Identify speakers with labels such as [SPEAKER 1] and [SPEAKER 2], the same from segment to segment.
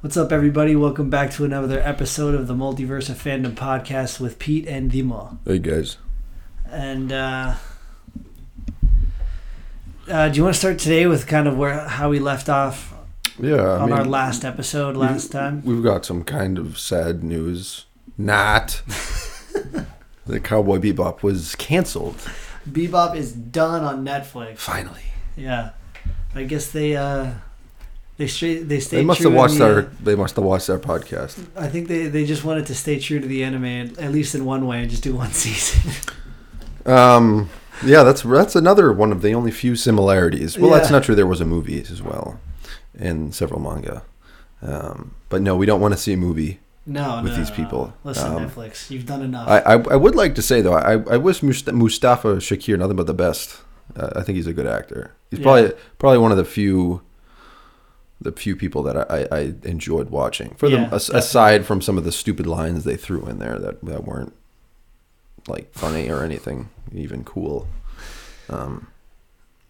[SPEAKER 1] What's up, everybody? Welcome back to another episode of the Multiverse of Fandom podcast with Pete and Dima.
[SPEAKER 2] Hey guys.
[SPEAKER 1] And uh, uh, do you want to start today with kind of where how we left off
[SPEAKER 2] Yeah, I
[SPEAKER 1] on
[SPEAKER 2] mean,
[SPEAKER 1] our last episode last time?
[SPEAKER 2] we've got some kind of sad news. Not the Cowboy Bebop was canceled.
[SPEAKER 1] Bebop is done on Netflix.
[SPEAKER 2] Finally,
[SPEAKER 1] Yeah, I guess they uh, they straight they stayed.
[SPEAKER 2] they must
[SPEAKER 1] true
[SPEAKER 2] have
[SPEAKER 1] to
[SPEAKER 2] watched
[SPEAKER 1] the,
[SPEAKER 2] our. They must have watched our podcast.
[SPEAKER 1] I think they they just wanted to stay true to the anime at at least in one way and just do one season.
[SPEAKER 2] Um, yeah, that's that's another one of the only few similarities. Well, that's
[SPEAKER 1] Yeah.
[SPEAKER 2] not true. There was a movie as well, and several manga. Um, but no, we don't want to see a movie.
[SPEAKER 1] no,
[SPEAKER 2] With
[SPEAKER 1] no,
[SPEAKER 2] these
[SPEAKER 1] no.
[SPEAKER 2] people.
[SPEAKER 1] Listen,
[SPEAKER 2] Um,
[SPEAKER 1] Netflix, you've done enough.
[SPEAKER 2] I, I I would like to say though, I I wish Must- Mustafa Shakir nothing but the best. Uh, I think he's a good actor. He's
[SPEAKER 1] Yeah.
[SPEAKER 2] probably probably one of the few, the few people that I, I, I enjoyed watching. For
[SPEAKER 1] Yeah,
[SPEAKER 2] them, as,
[SPEAKER 1] definitely.
[SPEAKER 2] aside from some of the stupid lines they threw in there that that weren't like funny or anything even cool. Um,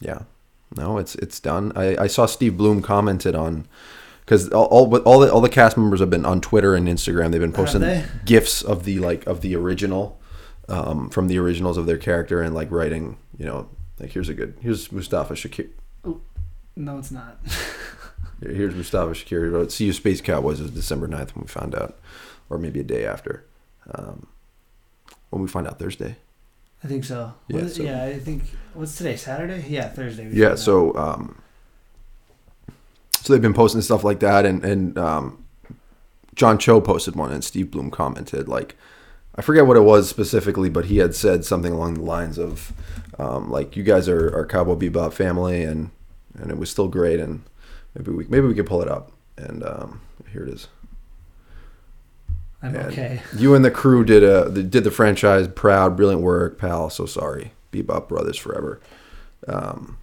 [SPEAKER 2] yeah, no, it's it's done. I, I saw Steve Bloom commented on. Because all all, but all the all the cast members have been on Twitter and Instagram. They've been
[SPEAKER 1] Have
[SPEAKER 2] posting
[SPEAKER 1] they?
[SPEAKER 2] gifs of the like of the original um, from the originals of their character and like writing you know like here's a good here's mustafa shakir
[SPEAKER 1] no, it's not.
[SPEAKER 2] here's mustafa shakir who wrote see you space cowboys it was december 9th when we found out or maybe a day after um, when we find out thursday
[SPEAKER 1] I think so.
[SPEAKER 2] Yeah,
[SPEAKER 1] What is-
[SPEAKER 2] so-
[SPEAKER 1] yeah, I think what's today? Saturday? Yeah, Thursday. we
[SPEAKER 2] yeah
[SPEAKER 1] found out.
[SPEAKER 2] so um so they've been posting stuff like that and and um john cho posted one and steve bloom commented like i forget what it was specifically but he had said something along the lines of um like you guys are are cowboy bebop family and and it was still great and maybe we maybe we could pull it up and um here it is
[SPEAKER 1] I'm
[SPEAKER 2] and-
[SPEAKER 1] okay.
[SPEAKER 2] you and the crew did a did the franchise proud, brilliant work, pal. So sorry, Bebop Brothers forever. Um,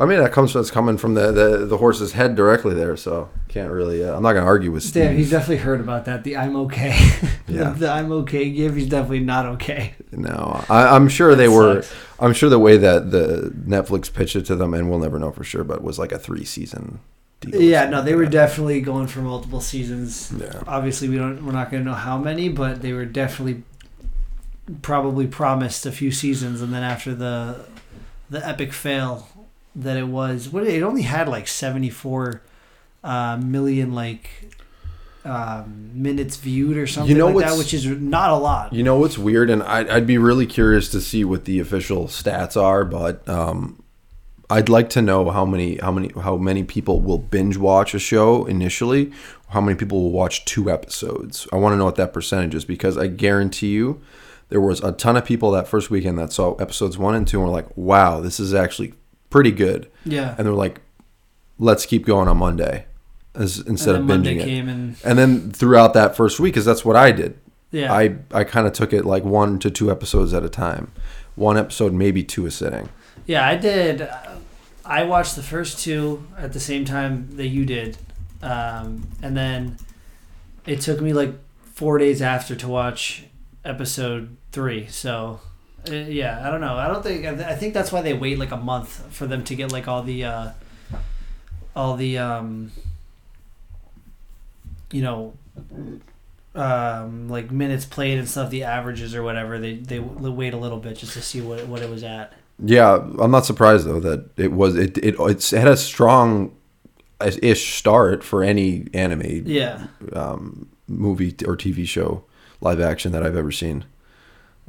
[SPEAKER 2] I mean that comes that's coming from the, the the horse's head directly there, so can't really. Uh, I'm not gonna argue with Steve.
[SPEAKER 1] Damn, he's definitely heard about that. The I'm okay.
[SPEAKER 2] Yeah.
[SPEAKER 1] the, the I'm okay give. He's definitely not okay.
[SPEAKER 2] no, I, I'm sure they
[SPEAKER 1] That
[SPEAKER 2] were.
[SPEAKER 1] sucks.
[SPEAKER 2] I'm sure the way that the Netflix pitched it to them, and we'll never know for sure, but was like a three season deal. or
[SPEAKER 1] Yeah,
[SPEAKER 2] something
[SPEAKER 1] no,
[SPEAKER 2] like
[SPEAKER 1] they were
[SPEAKER 2] that.
[SPEAKER 1] definitely going for multiple seasons.
[SPEAKER 2] Yeah.
[SPEAKER 1] Obviously, we don't. We're not going to know how many, but they were definitely probably promised a few seasons, and then after the the epic fail that it was, what it only had like seventy four uh, million like um, minutes viewed or something
[SPEAKER 2] know
[SPEAKER 1] like that,
[SPEAKER 2] what's-
[SPEAKER 1] which is not a lot.
[SPEAKER 2] You know what's weird, and I'd, I'd be really curious to see what the official stats are, but um, I'd like to know how many how many how many people will binge watch a show initially, how many people will watch two episodes. I want to know what that percentage is because I guarantee you, there was a ton of people that first weekend that saw episodes one and two and were like, "Wow, this is actually pretty good,"
[SPEAKER 1] yeah,
[SPEAKER 2] and they're like, "Let's keep going on Monday," as, instead
[SPEAKER 1] and then
[SPEAKER 2] of binging
[SPEAKER 1] Monday
[SPEAKER 2] it.
[SPEAKER 1] came and
[SPEAKER 2] And then throughout that first week, because that's what I did.
[SPEAKER 1] yeah,
[SPEAKER 2] I I kind of took it like one to two episodes at a time. One episode, maybe two a sitting.
[SPEAKER 1] Yeah, I did. uh, I watched the first two at the same time that you did, um, and then it took me like four days after to watch episode three. So, uh, yeah, I don't know. I don't think. I th- I think that's why they wait like a month for them to get like all the, uh, all the, um, you know. Um, like minutes played and stuff, the averages or whatever. They they w- wait a little bit just to see what what it was at.
[SPEAKER 2] Yeah, I'm not surprised though that it was it it it's, it had a strong ish start for any anime
[SPEAKER 1] Yeah.
[SPEAKER 2] um, movie t- or TV show live action that I've ever seen.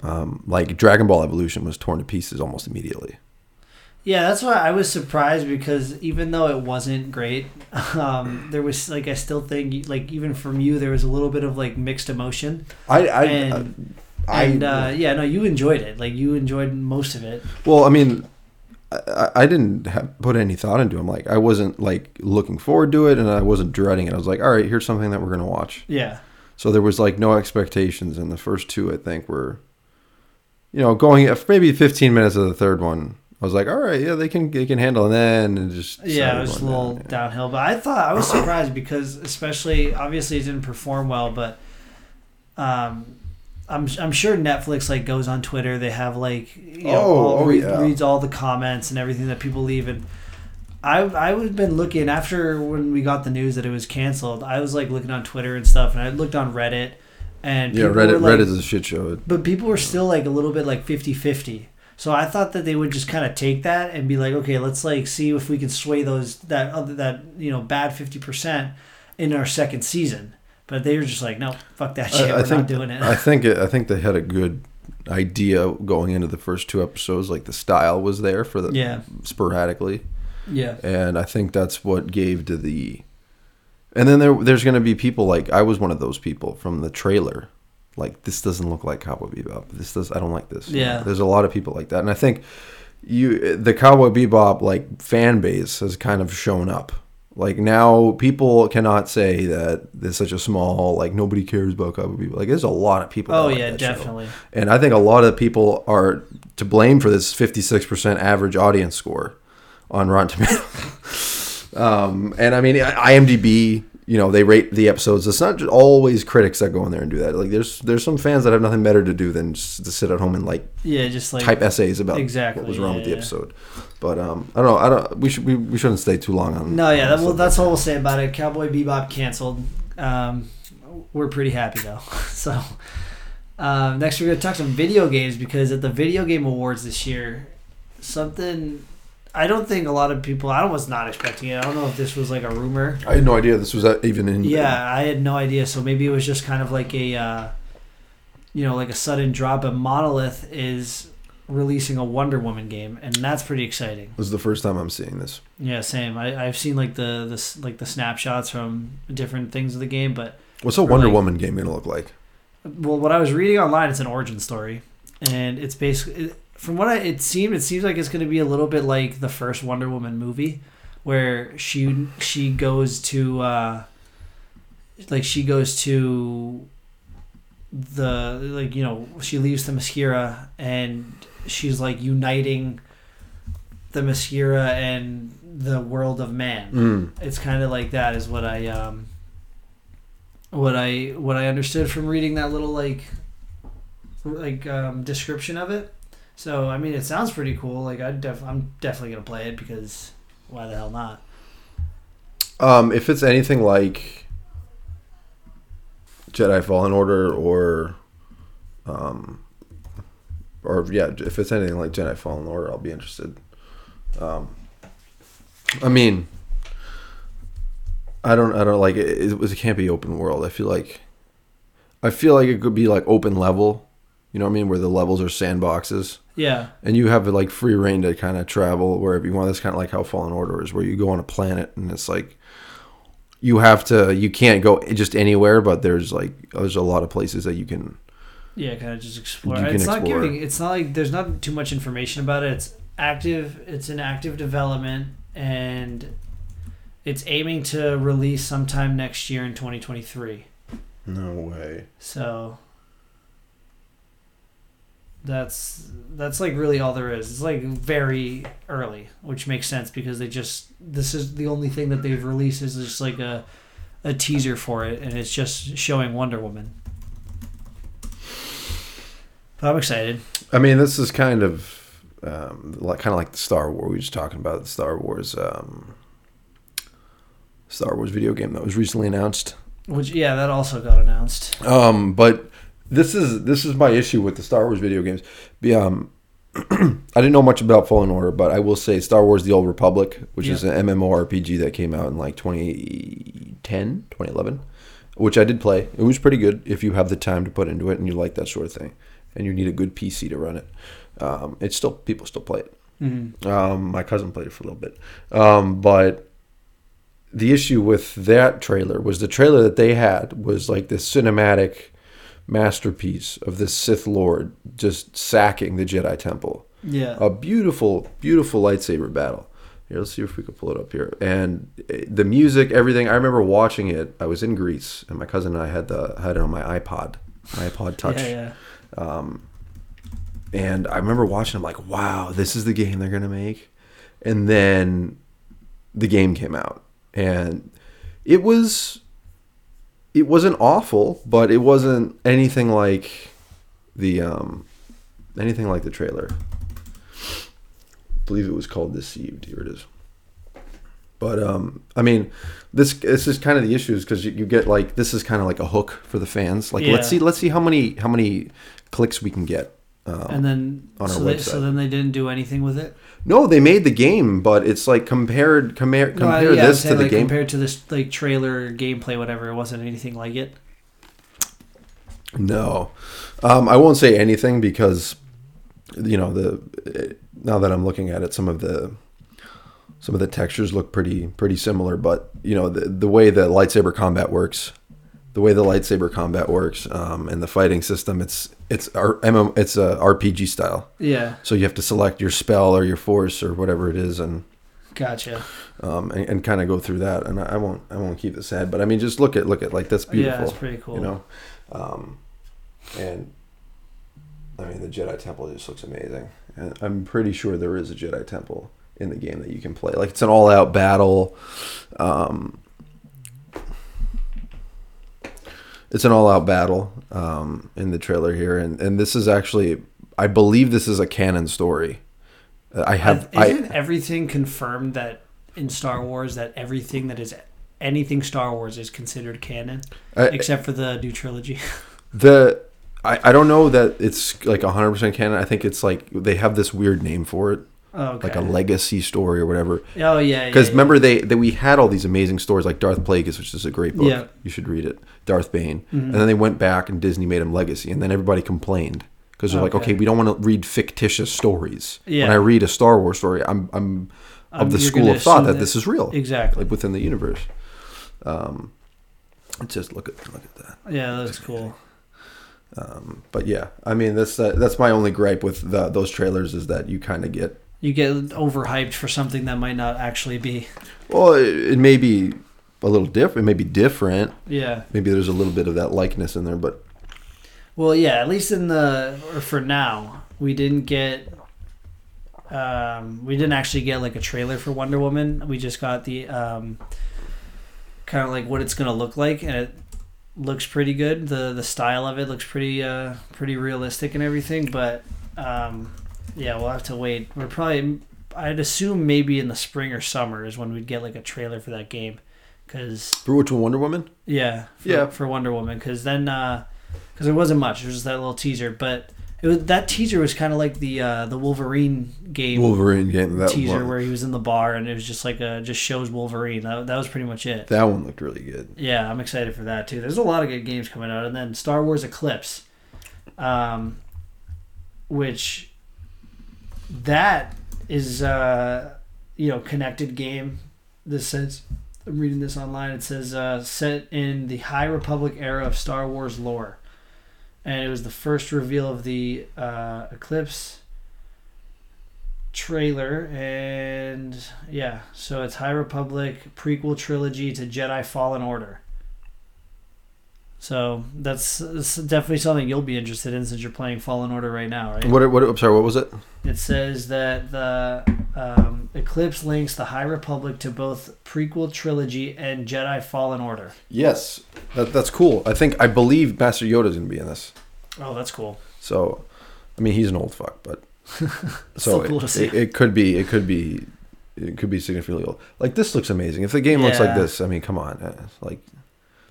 [SPEAKER 2] Um, like Dragon Ball Evolution was torn to pieces almost immediately.
[SPEAKER 1] Yeah, that's why I was surprised because even though it wasn't great, um, there was like I still think like even from you there was a little bit of like mixed emotion.
[SPEAKER 2] I I
[SPEAKER 1] And-
[SPEAKER 2] I,
[SPEAKER 1] and uh, yeah, no, you enjoyed it. Like you enjoyed most of it.
[SPEAKER 2] Well, I mean, I- I, I didn't have, put any thought into them. Like, I wasn't like looking forward to it, and I wasn't dreading it. I was like, all right, here's something that we're gonna watch.
[SPEAKER 1] Yeah,
[SPEAKER 2] So there was like no expectations, and the first two, I think, were, you know, going if maybe 15 minutes of the third one. I was like, all right, yeah, they can they can handle, it." and then and just
[SPEAKER 1] yeah, it
[SPEAKER 2] started
[SPEAKER 1] was a
[SPEAKER 2] going
[SPEAKER 1] little
[SPEAKER 2] down, yeah.
[SPEAKER 1] downhill. But I thought I was surprised because especially obviously it didn't perform well, but um, I'm I'm sure Netflix like goes on Twitter. They have like you know,
[SPEAKER 2] Oh,
[SPEAKER 1] all,
[SPEAKER 2] oh,
[SPEAKER 1] re-
[SPEAKER 2] yeah.
[SPEAKER 1] reads all the comments and everything that people leave and. I I would have been looking after when we got the news that it was canceled. I was like looking on Twitter and stuff, and I looked on Reddit, and
[SPEAKER 2] Yeah,
[SPEAKER 1] people were,
[SPEAKER 2] Reddit
[SPEAKER 1] like,
[SPEAKER 2] Reddit is a shit show.
[SPEAKER 1] but people were still like a little bit like 50-50 so i thought that they would just kind of take that and be like okay let's like see if we can sway those that other that you know bad 50% in our second season but they were just like no fuck that shit we're
[SPEAKER 2] think
[SPEAKER 1] not doing it
[SPEAKER 2] I think it, I think they had a good idea going into the first two episodes. Like the style was there for the
[SPEAKER 1] Yeah.
[SPEAKER 2] sporadically.
[SPEAKER 1] yeah
[SPEAKER 2] and I think that's what gave to the. And then there, there's going to be people like I was one of those people from the trailer, like this doesn't look like Cowboy Bebop. This does I don't like this.
[SPEAKER 1] Yeah.
[SPEAKER 2] there's a lot of people like that, and I think you the Cowboy Bebop like fan base has kind of shown up. Like now, people cannot say that there's such a small like nobody cares about Cowboy Bebop. Like there's a lot of people. that
[SPEAKER 1] oh
[SPEAKER 2] like
[SPEAKER 1] yeah
[SPEAKER 2] that show.
[SPEAKER 1] definitely
[SPEAKER 2] And I think a lot of people are to blame for this 56% average audience score on Rotten Tomatoes. um, and I mean, IMDb, you know, they rate the episodes. It's not always critics that go in there and do that. Like, there's there's some fans that have nothing better to do than just to sit at home and like
[SPEAKER 1] yeah just like
[SPEAKER 2] type essays about
[SPEAKER 1] exactly,
[SPEAKER 2] what was wrong
[SPEAKER 1] yeah,
[SPEAKER 2] with the
[SPEAKER 1] yeah.
[SPEAKER 2] episode. But um, I don't know. I don't. We should we, we shouldn't stay too long on.
[SPEAKER 1] no yeah that,
[SPEAKER 2] on
[SPEAKER 1] well
[SPEAKER 2] something.
[SPEAKER 1] that's all we'll say about it cowboy bebop canceled um, we're pretty happy though so um, next we're going to talk some video games because at the video game awards this year something i don't think a lot of people i was not expecting it i don't know if this was like a rumor
[SPEAKER 2] I had no idea this was uh, even in.
[SPEAKER 1] yeah i had no idea so maybe it was just kind of like a uh, you know like a sudden drop but monolith is releasing a wonder woman game and that's pretty exciting
[SPEAKER 2] This is the first time I'm seeing this.
[SPEAKER 1] yeah, same. I, I've seen like the the s- like the snapshots from different things of the game, but
[SPEAKER 2] What's a
[SPEAKER 1] Or,
[SPEAKER 2] Wonder
[SPEAKER 1] like-
[SPEAKER 2] Woman game gonna look like?
[SPEAKER 1] well, what I was reading online, it's an origin story, and it's basically it- from what I it seemed it seems like it's going to be a little bit like the first Wonder Woman movie, where she she goes to uh, like she goes to the like you know she leaves the mascara and she's like uniting the mascara and the world of man
[SPEAKER 2] Mm.
[SPEAKER 1] it's kind of like that is what I um what I what I understood from reading that little like like um, description of it. So I mean, it sounds pretty cool. Like I def- I'm definitely gonna play it because why the hell not?
[SPEAKER 2] Um, if it's anything like Jedi Fallen Order or, um, or yeah, if it's anything like Jedi Fallen Order, I'll be interested. Um, I mean, I don't, I don't like it. It, was, it can't be open world. I feel like, I feel like it could be like open level. You know what I mean? Where the levels are sandboxes
[SPEAKER 1] Yeah,
[SPEAKER 2] and you have like free reign to kind of travel wherever you want. That's kind of like how Fallen Order is, where you go on a planet and it's like you have to, you can't go just anywhere, but there's like there's a lot of places that you can.
[SPEAKER 1] yeah, kind of just explore.
[SPEAKER 2] You can
[SPEAKER 1] It's not
[SPEAKER 2] explore.
[SPEAKER 1] giving. It's not like there's not too much information about it. It's active. It's in active development and it's aiming to release sometime next year in 2023.
[SPEAKER 2] No way.
[SPEAKER 1] So that's that's like really all there is. It's like very early, which makes sense because they just this is the only thing that they've released is just like a a teaser for it and it's just showing Wonder Woman. But I'm excited.
[SPEAKER 2] I mean, this is kind of um, like kind of like the Star Wars we were just talking about the Star Wars. Um, Star Wars video game that was recently announced.
[SPEAKER 1] Which yeah, that also got announced.
[SPEAKER 2] Um, but this is this is my issue with the Star Wars video games. Be- Um, I didn't know much about Fallen Order, but I will say Star Wars: The Old Republic, which is an MMORPG that came out in like 2010, 2011, which I did play. It was pretty good if you have the time to put into it and you like that sort of thing, and you need a good PC to run it. Um, it's still people still play it.
[SPEAKER 1] Mm-hmm.
[SPEAKER 2] Um, my cousin played it for a little bit. Um, but the issue with that trailer was the trailer that they had was like this cinematic masterpiece of this Sith Lord just sacking the Jedi Temple.
[SPEAKER 1] Yeah.
[SPEAKER 2] A beautiful, beautiful lightsaber battle. Here, let's see if we can pull it up here. And eh, the music, everything. I remember watching it. I was in Greece, and my cousin and I had the had it on my iPod, my iPod Touch.
[SPEAKER 1] Yeah, yeah.
[SPEAKER 2] And I remember watching, I'm like, wow, this is the game they're going to make. And then the game came out. And it was, it wasn't awful, but it wasn't anything like the, um, anything like the trailer. I believe it was called Deceived. Here it is. But um, I mean, this this is kind of the issues because you, you get like this is kind of like a hook for the fans. Like let's
[SPEAKER 1] Yeah.
[SPEAKER 2] see let's see how many how many clicks we can get. Um,
[SPEAKER 1] and then
[SPEAKER 2] on our
[SPEAKER 1] so, they, so
[SPEAKER 2] website.
[SPEAKER 1] then they didn't do anything with it.
[SPEAKER 2] no, they made the game, but it's like compared
[SPEAKER 1] No,
[SPEAKER 2] compare
[SPEAKER 1] I-
[SPEAKER 2] compare
[SPEAKER 1] yeah, I'm
[SPEAKER 2] this to
[SPEAKER 1] saying,
[SPEAKER 2] the
[SPEAKER 1] like,
[SPEAKER 2] game.
[SPEAKER 1] compared to this like trailer gameplay whatever. It wasn't anything like it.
[SPEAKER 2] No, um, I won't say anything because you know the it, now that I'm looking at it, some of the some of the textures look pretty pretty similar, but you know the the way the lightsaber combat works, the way the lightsaber combat works, um, and the fighting system, it's it's R- M- it's a RPG style.
[SPEAKER 1] Yeah,
[SPEAKER 2] So you have to select your spell or your force or whatever it is, and
[SPEAKER 1] gotcha.
[SPEAKER 2] um, and, and kind of go through that. And I, I won't I won't keep this sad, but I mean just look at look at like that's
[SPEAKER 1] Yeah,
[SPEAKER 2] beautiful
[SPEAKER 1] it's pretty cool.
[SPEAKER 2] you know um, and i mean the jedi temple just looks amazing and i'm pretty sure there is a jedi temple in the game that you can play like it's an all-out battle um, it's an all-out battle um, in the trailer here and, and this is actually i believe this is a canon story Uh, i have
[SPEAKER 1] Have-
[SPEAKER 2] i
[SPEAKER 1] Isn't everything confirmed that in Star Wars that everything that is anything Star Wars is considered canon,
[SPEAKER 2] I-
[SPEAKER 1] except for the new trilogy?
[SPEAKER 2] The I, I don't know that it's like 100% canon. I think it's like they have this weird name for it,
[SPEAKER 1] oh, okay.
[SPEAKER 2] like a legacy story or whatever.
[SPEAKER 1] oh yeah,
[SPEAKER 2] Because
[SPEAKER 1] yeah,
[SPEAKER 2] remember they that we had all these amazing stories like Darth Plagueis, which is a great book.
[SPEAKER 1] Yeah.
[SPEAKER 2] You should read it. Darth Bane,
[SPEAKER 1] Mhm.
[SPEAKER 2] and then they went back and Disney made him legacy, and then everybody complained because they're like,
[SPEAKER 1] Okay.
[SPEAKER 2] okay, we don't want to read fictitious stories.
[SPEAKER 1] Yeah.
[SPEAKER 2] When I read a Star Wars story, I'm I'm of
[SPEAKER 1] Um,
[SPEAKER 2] the
[SPEAKER 1] you're
[SPEAKER 2] school
[SPEAKER 1] gonna
[SPEAKER 2] of thought
[SPEAKER 1] assume
[SPEAKER 2] that, this is real,
[SPEAKER 1] exactly.
[SPEAKER 2] like within the universe. Um, just look at look at that.
[SPEAKER 1] yeah, that was cool.
[SPEAKER 2] Um, but yeah, I mean that's uh, that's my only gripe with the, those trailers is that you kind of get
[SPEAKER 1] You get overhyped for something that might not actually be.
[SPEAKER 2] well, it, it may be a little different, it may be different.
[SPEAKER 1] Yeah.
[SPEAKER 2] Maybe there's a little bit of that likeness in there, but
[SPEAKER 1] Well, yeah. At least in the or for now, we didn't get. Um, we didn't actually get like a trailer for Wonder Woman. We just got the um, kind of like what it's gonna look like, and it looks pretty good. the The style of it looks pretty uh, pretty realistic and everything. But um, yeah, we'll have to wait. We're probably I'd assume maybe in the spring or summer is when we'd get like a trailer for that game, because
[SPEAKER 2] for which one, Wonder Woman?
[SPEAKER 1] yeah, for,
[SPEAKER 2] Yeah.
[SPEAKER 1] for Wonder Woman because then because there wasn't much. It was just that little teaser, but it was, that teaser was kind of like the uh, the Wolverine game
[SPEAKER 2] Wolverine game that
[SPEAKER 1] teaser
[SPEAKER 2] one.
[SPEAKER 1] where he was in the bar and it was just like a just shows Wolverine. That, that was pretty much it.
[SPEAKER 2] That one looked really good.
[SPEAKER 1] Yeah, I'm excited for that too. There's a lot of good games coming out, and then Star Wars Eclipse, um, which that is uh, you know connected game. This says I'm reading this online. It says uh, set in the High Republic era of Star Wars lore, and it was the first reveal of the uh, Eclipse trailer and yeah so it's high republic prequel trilogy to jedi fallen order so that's, that's definitely something you'll be interested in since you're playing fallen order right now right
[SPEAKER 2] What? What? I'm sorry. What was it?
[SPEAKER 1] it says that the um, eclipse links the high republic to both prequel trilogy and jedi fallen order
[SPEAKER 2] Yes, that, that's cool. I think I believe Master Yoda's gonna be in this.
[SPEAKER 1] oh that's cool
[SPEAKER 2] So, I mean, he's an old fuck, but so
[SPEAKER 1] Still cool
[SPEAKER 2] it,
[SPEAKER 1] to see.
[SPEAKER 2] it- it could be, it could be, it could be significantly old. Like this looks amazing. If the game looks like
[SPEAKER 1] Yeah.
[SPEAKER 2] this, I mean, come on, uh, like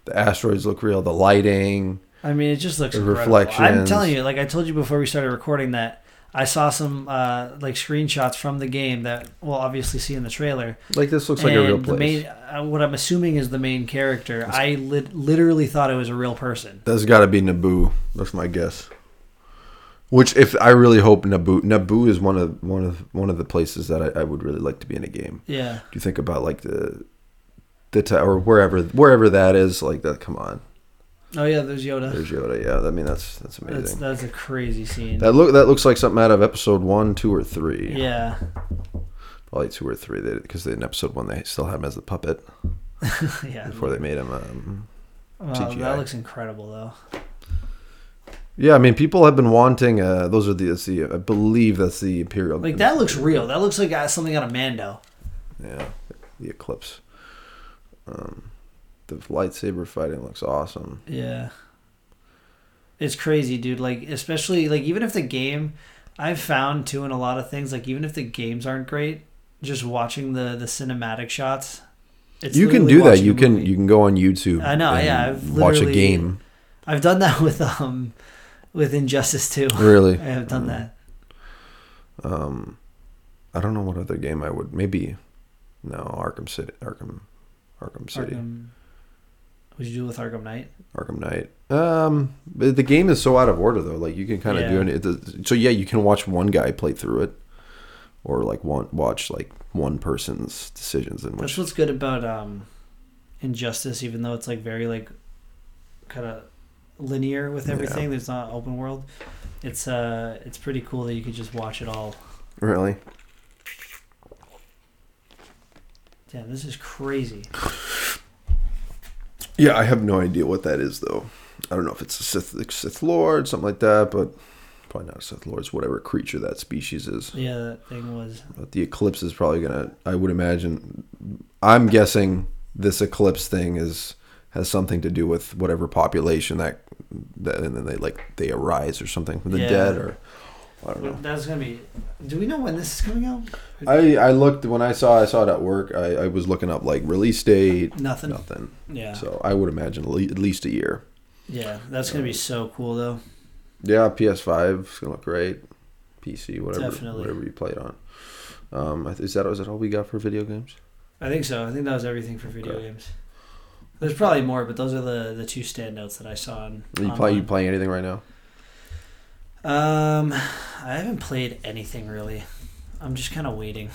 [SPEAKER 2] the asteroids look real, the lighting.
[SPEAKER 1] I mean, it just looks
[SPEAKER 2] The
[SPEAKER 1] incredible. I'm
[SPEAKER 2] reflections.
[SPEAKER 1] telling you, like I told you before we started recording, that I saw some uh, like screenshots from the game that we'll obviously see in the trailer.
[SPEAKER 2] Like this looks like a
[SPEAKER 1] And
[SPEAKER 2] real
[SPEAKER 1] the
[SPEAKER 2] place.
[SPEAKER 1] main- uh, what I'm assuming is the main character. I lit literally thought it was a real person.
[SPEAKER 2] That's got to be Naboo. That's my guess. Which, if I really hope Naboo, Naboo is one of one of one of the places that I, I would really like to be in a game.
[SPEAKER 1] Yeah,
[SPEAKER 2] Do you think about like the the t- or wherever wherever that is? Like that. Come on,
[SPEAKER 1] Oh yeah, there's Yoda.
[SPEAKER 2] there's Yoda. Yeah, I mean that's that's amazing.
[SPEAKER 1] That's that's a crazy scene.
[SPEAKER 2] That look that looks like something out of episode one, two, or three.
[SPEAKER 1] yeah,
[SPEAKER 2] Probably two or three. Because in episode one they still had him as the puppet
[SPEAKER 1] yeah.
[SPEAKER 2] before they made him. Um,
[SPEAKER 1] Wow,
[SPEAKER 2] CGI.
[SPEAKER 1] that looks incredible though.
[SPEAKER 2] yeah, I mean people have been wanting. Uh, those are the, that's the I believe that's the imperial.
[SPEAKER 1] Like that looks real. That looks like uh, something out of Mando.
[SPEAKER 2] Yeah, the eclipse. Um, the lightsaber fighting looks awesome.
[SPEAKER 1] Yeah. It's crazy, dude. Like, especially, like, even if the game, I've found too in a lot of things, like, even if the games aren't great, just watching the the cinematic shots. It's
[SPEAKER 2] you can
[SPEAKER 1] literally
[SPEAKER 2] do that.
[SPEAKER 1] watching
[SPEAKER 2] You
[SPEAKER 1] a
[SPEAKER 2] can
[SPEAKER 1] movie.
[SPEAKER 2] you can go on YouTube.
[SPEAKER 1] I know,
[SPEAKER 2] and
[SPEAKER 1] yeah, I've
[SPEAKER 2] watch a
[SPEAKER 1] literally-
[SPEAKER 2] game.
[SPEAKER 1] I've done that with um with Injustice too.
[SPEAKER 2] Really.
[SPEAKER 1] I have done that.
[SPEAKER 2] Um, I don't know what other game I would maybe. No, Arkham City, Arkham, Arkham City, Arkham,
[SPEAKER 1] Arkham, what'd you do with Arkham Knight?
[SPEAKER 2] Knight. Um, but the game is so out of order though. Like you can kind of do
[SPEAKER 1] Yeah.
[SPEAKER 2] it. it. does- So yeah, you can watch one guy play through it, or like one watch like one person's decisions in
[SPEAKER 1] That's
[SPEAKER 2] which.
[SPEAKER 1] what's good about um, Injustice, even though it's like very like kind of linear with
[SPEAKER 2] Yeah.
[SPEAKER 1] everything. There's not open world. It's uh, it's pretty cool that you could just watch it all.
[SPEAKER 2] Really,
[SPEAKER 1] Damn, this is crazy.
[SPEAKER 2] yeah, I have no idea what that is though. I don't know if it's a Sith, Sith Lord, something like that, but probably not a Sith Lord. It's whatever creature that species is.
[SPEAKER 1] Yeah, that thing was.
[SPEAKER 2] But the eclipse is probably gonna. I would imagine. I'm guessing this eclipse thing is has something to do with whatever population that, that and then they like they arise or something from the
[SPEAKER 1] Yeah.
[SPEAKER 2] dead or I don't know.
[SPEAKER 1] That's gonna be. Do we know when this is coming out?
[SPEAKER 2] I I looked when I saw I saw it at work. I, I was looking up like release date.
[SPEAKER 1] Nothing.
[SPEAKER 2] Nothing.
[SPEAKER 1] Yeah.
[SPEAKER 2] So I would imagine at le- at least a year.
[SPEAKER 1] Yeah, that's gonna be
[SPEAKER 2] um,
[SPEAKER 1] so cool though.
[SPEAKER 2] Yeah, PS5 is gonna look great. PC, whatever,
[SPEAKER 1] Definitely.
[SPEAKER 2] whatever you played on. Um, I th- is that is that all we got for video games?
[SPEAKER 1] I think so. I think that was everything for video
[SPEAKER 2] Okay.
[SPEAKER 1] games. There's probably more, but those are the the two standouts that I saw. On,
[SPEAKER 2] Are you play you
[SPEAKER 1] online.
[SPEAKER 2] playing anything right now?
[SPEAKER 1] Um, I haven't played anything really. I'm just kind of waiting.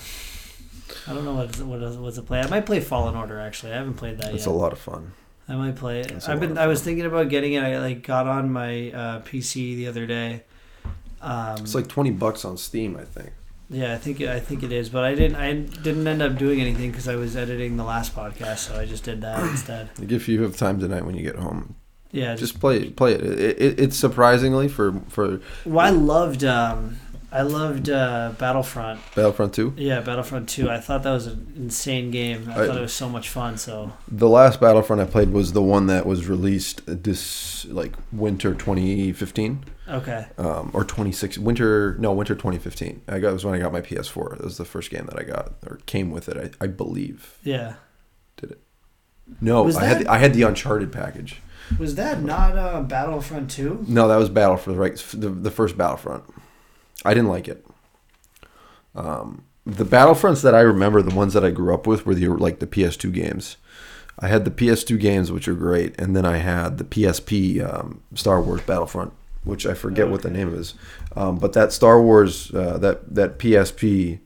[SPEAKER 1] I don't know what what else- what's to play. I might play Fallen Order actually. I haven't played that
[SPEAKER 2] It's
[SPEAKER 1] yet.
[SPEAKER 2] a lot of fun.
[SPEAKER 1] I might play it.
[SPEAKER 2] That's a
[SPEAKER 1] I've been.
[SPEAKER 2] lot of
[SPEAKER 1] I was
[SPEAKER 2] fun.
[SPEAKER 1] thinking about getting it. I like got on my uh, PC the other day. Um,
[SPEAKER 2] It's like twenty bucks on Steam, I think.
[SPEAKER 1] yeah, I think I think it is, but I didn't. I didn't end up doing anything because I was editing the last podcast, so I just did that instead.
[SPEAKER 2] Like if you have time tonight when you get home,
[SPEAKER 1] Yeah, just
[SPEAKER 2] just play it. Play it. It, it. It's surprisingly for for
[SPEAKER 1] Well, I loved, um, I loved uh, Battlefront.
[SPEAKER 2] Battlefront Two.
[SPEAKER 1] Yeah, Battlefront Two. I thought that was an insane game. I
[SPEAKER 2] I-
[SPEAKER 1] thought it was so much fun. So
[SPEAKER 2] The last Battlefront I played was the one that was released this like winter twenty fifteen,
[SPEAKER 1] okay,
[SPEAKER 2] um, or twenty six winter no winter twenty fifteen. I got it was when I got my PS four. That was the first game that I got or came with it. I, I believe.
[SPEAKER 1] yeah.
[SPEAKER 2] No,
[SPEAKER 1] Was
[SPEAKER 2] I had
[SPEAKER 1] that-
[SPEAKER 2] the, I had the Uncharted package.
[SPEAKER 1] Was that not uh, Battlefront Two?
[SPEAKER 2] No, that was Battlefront, right? The, the first Battlefront. I didn't like it. Um, the Battlefronts that I remember, the ones that I grew up with, were the like the PS2 games. I had the PS2 games, which are great, and then I had the PSP um, Star Wars Battlefront, which I forget what the
[SPEAKER 1] Okay.
[SPEAKER 2] name is. Um, but that Star Wars, uh, that that PSP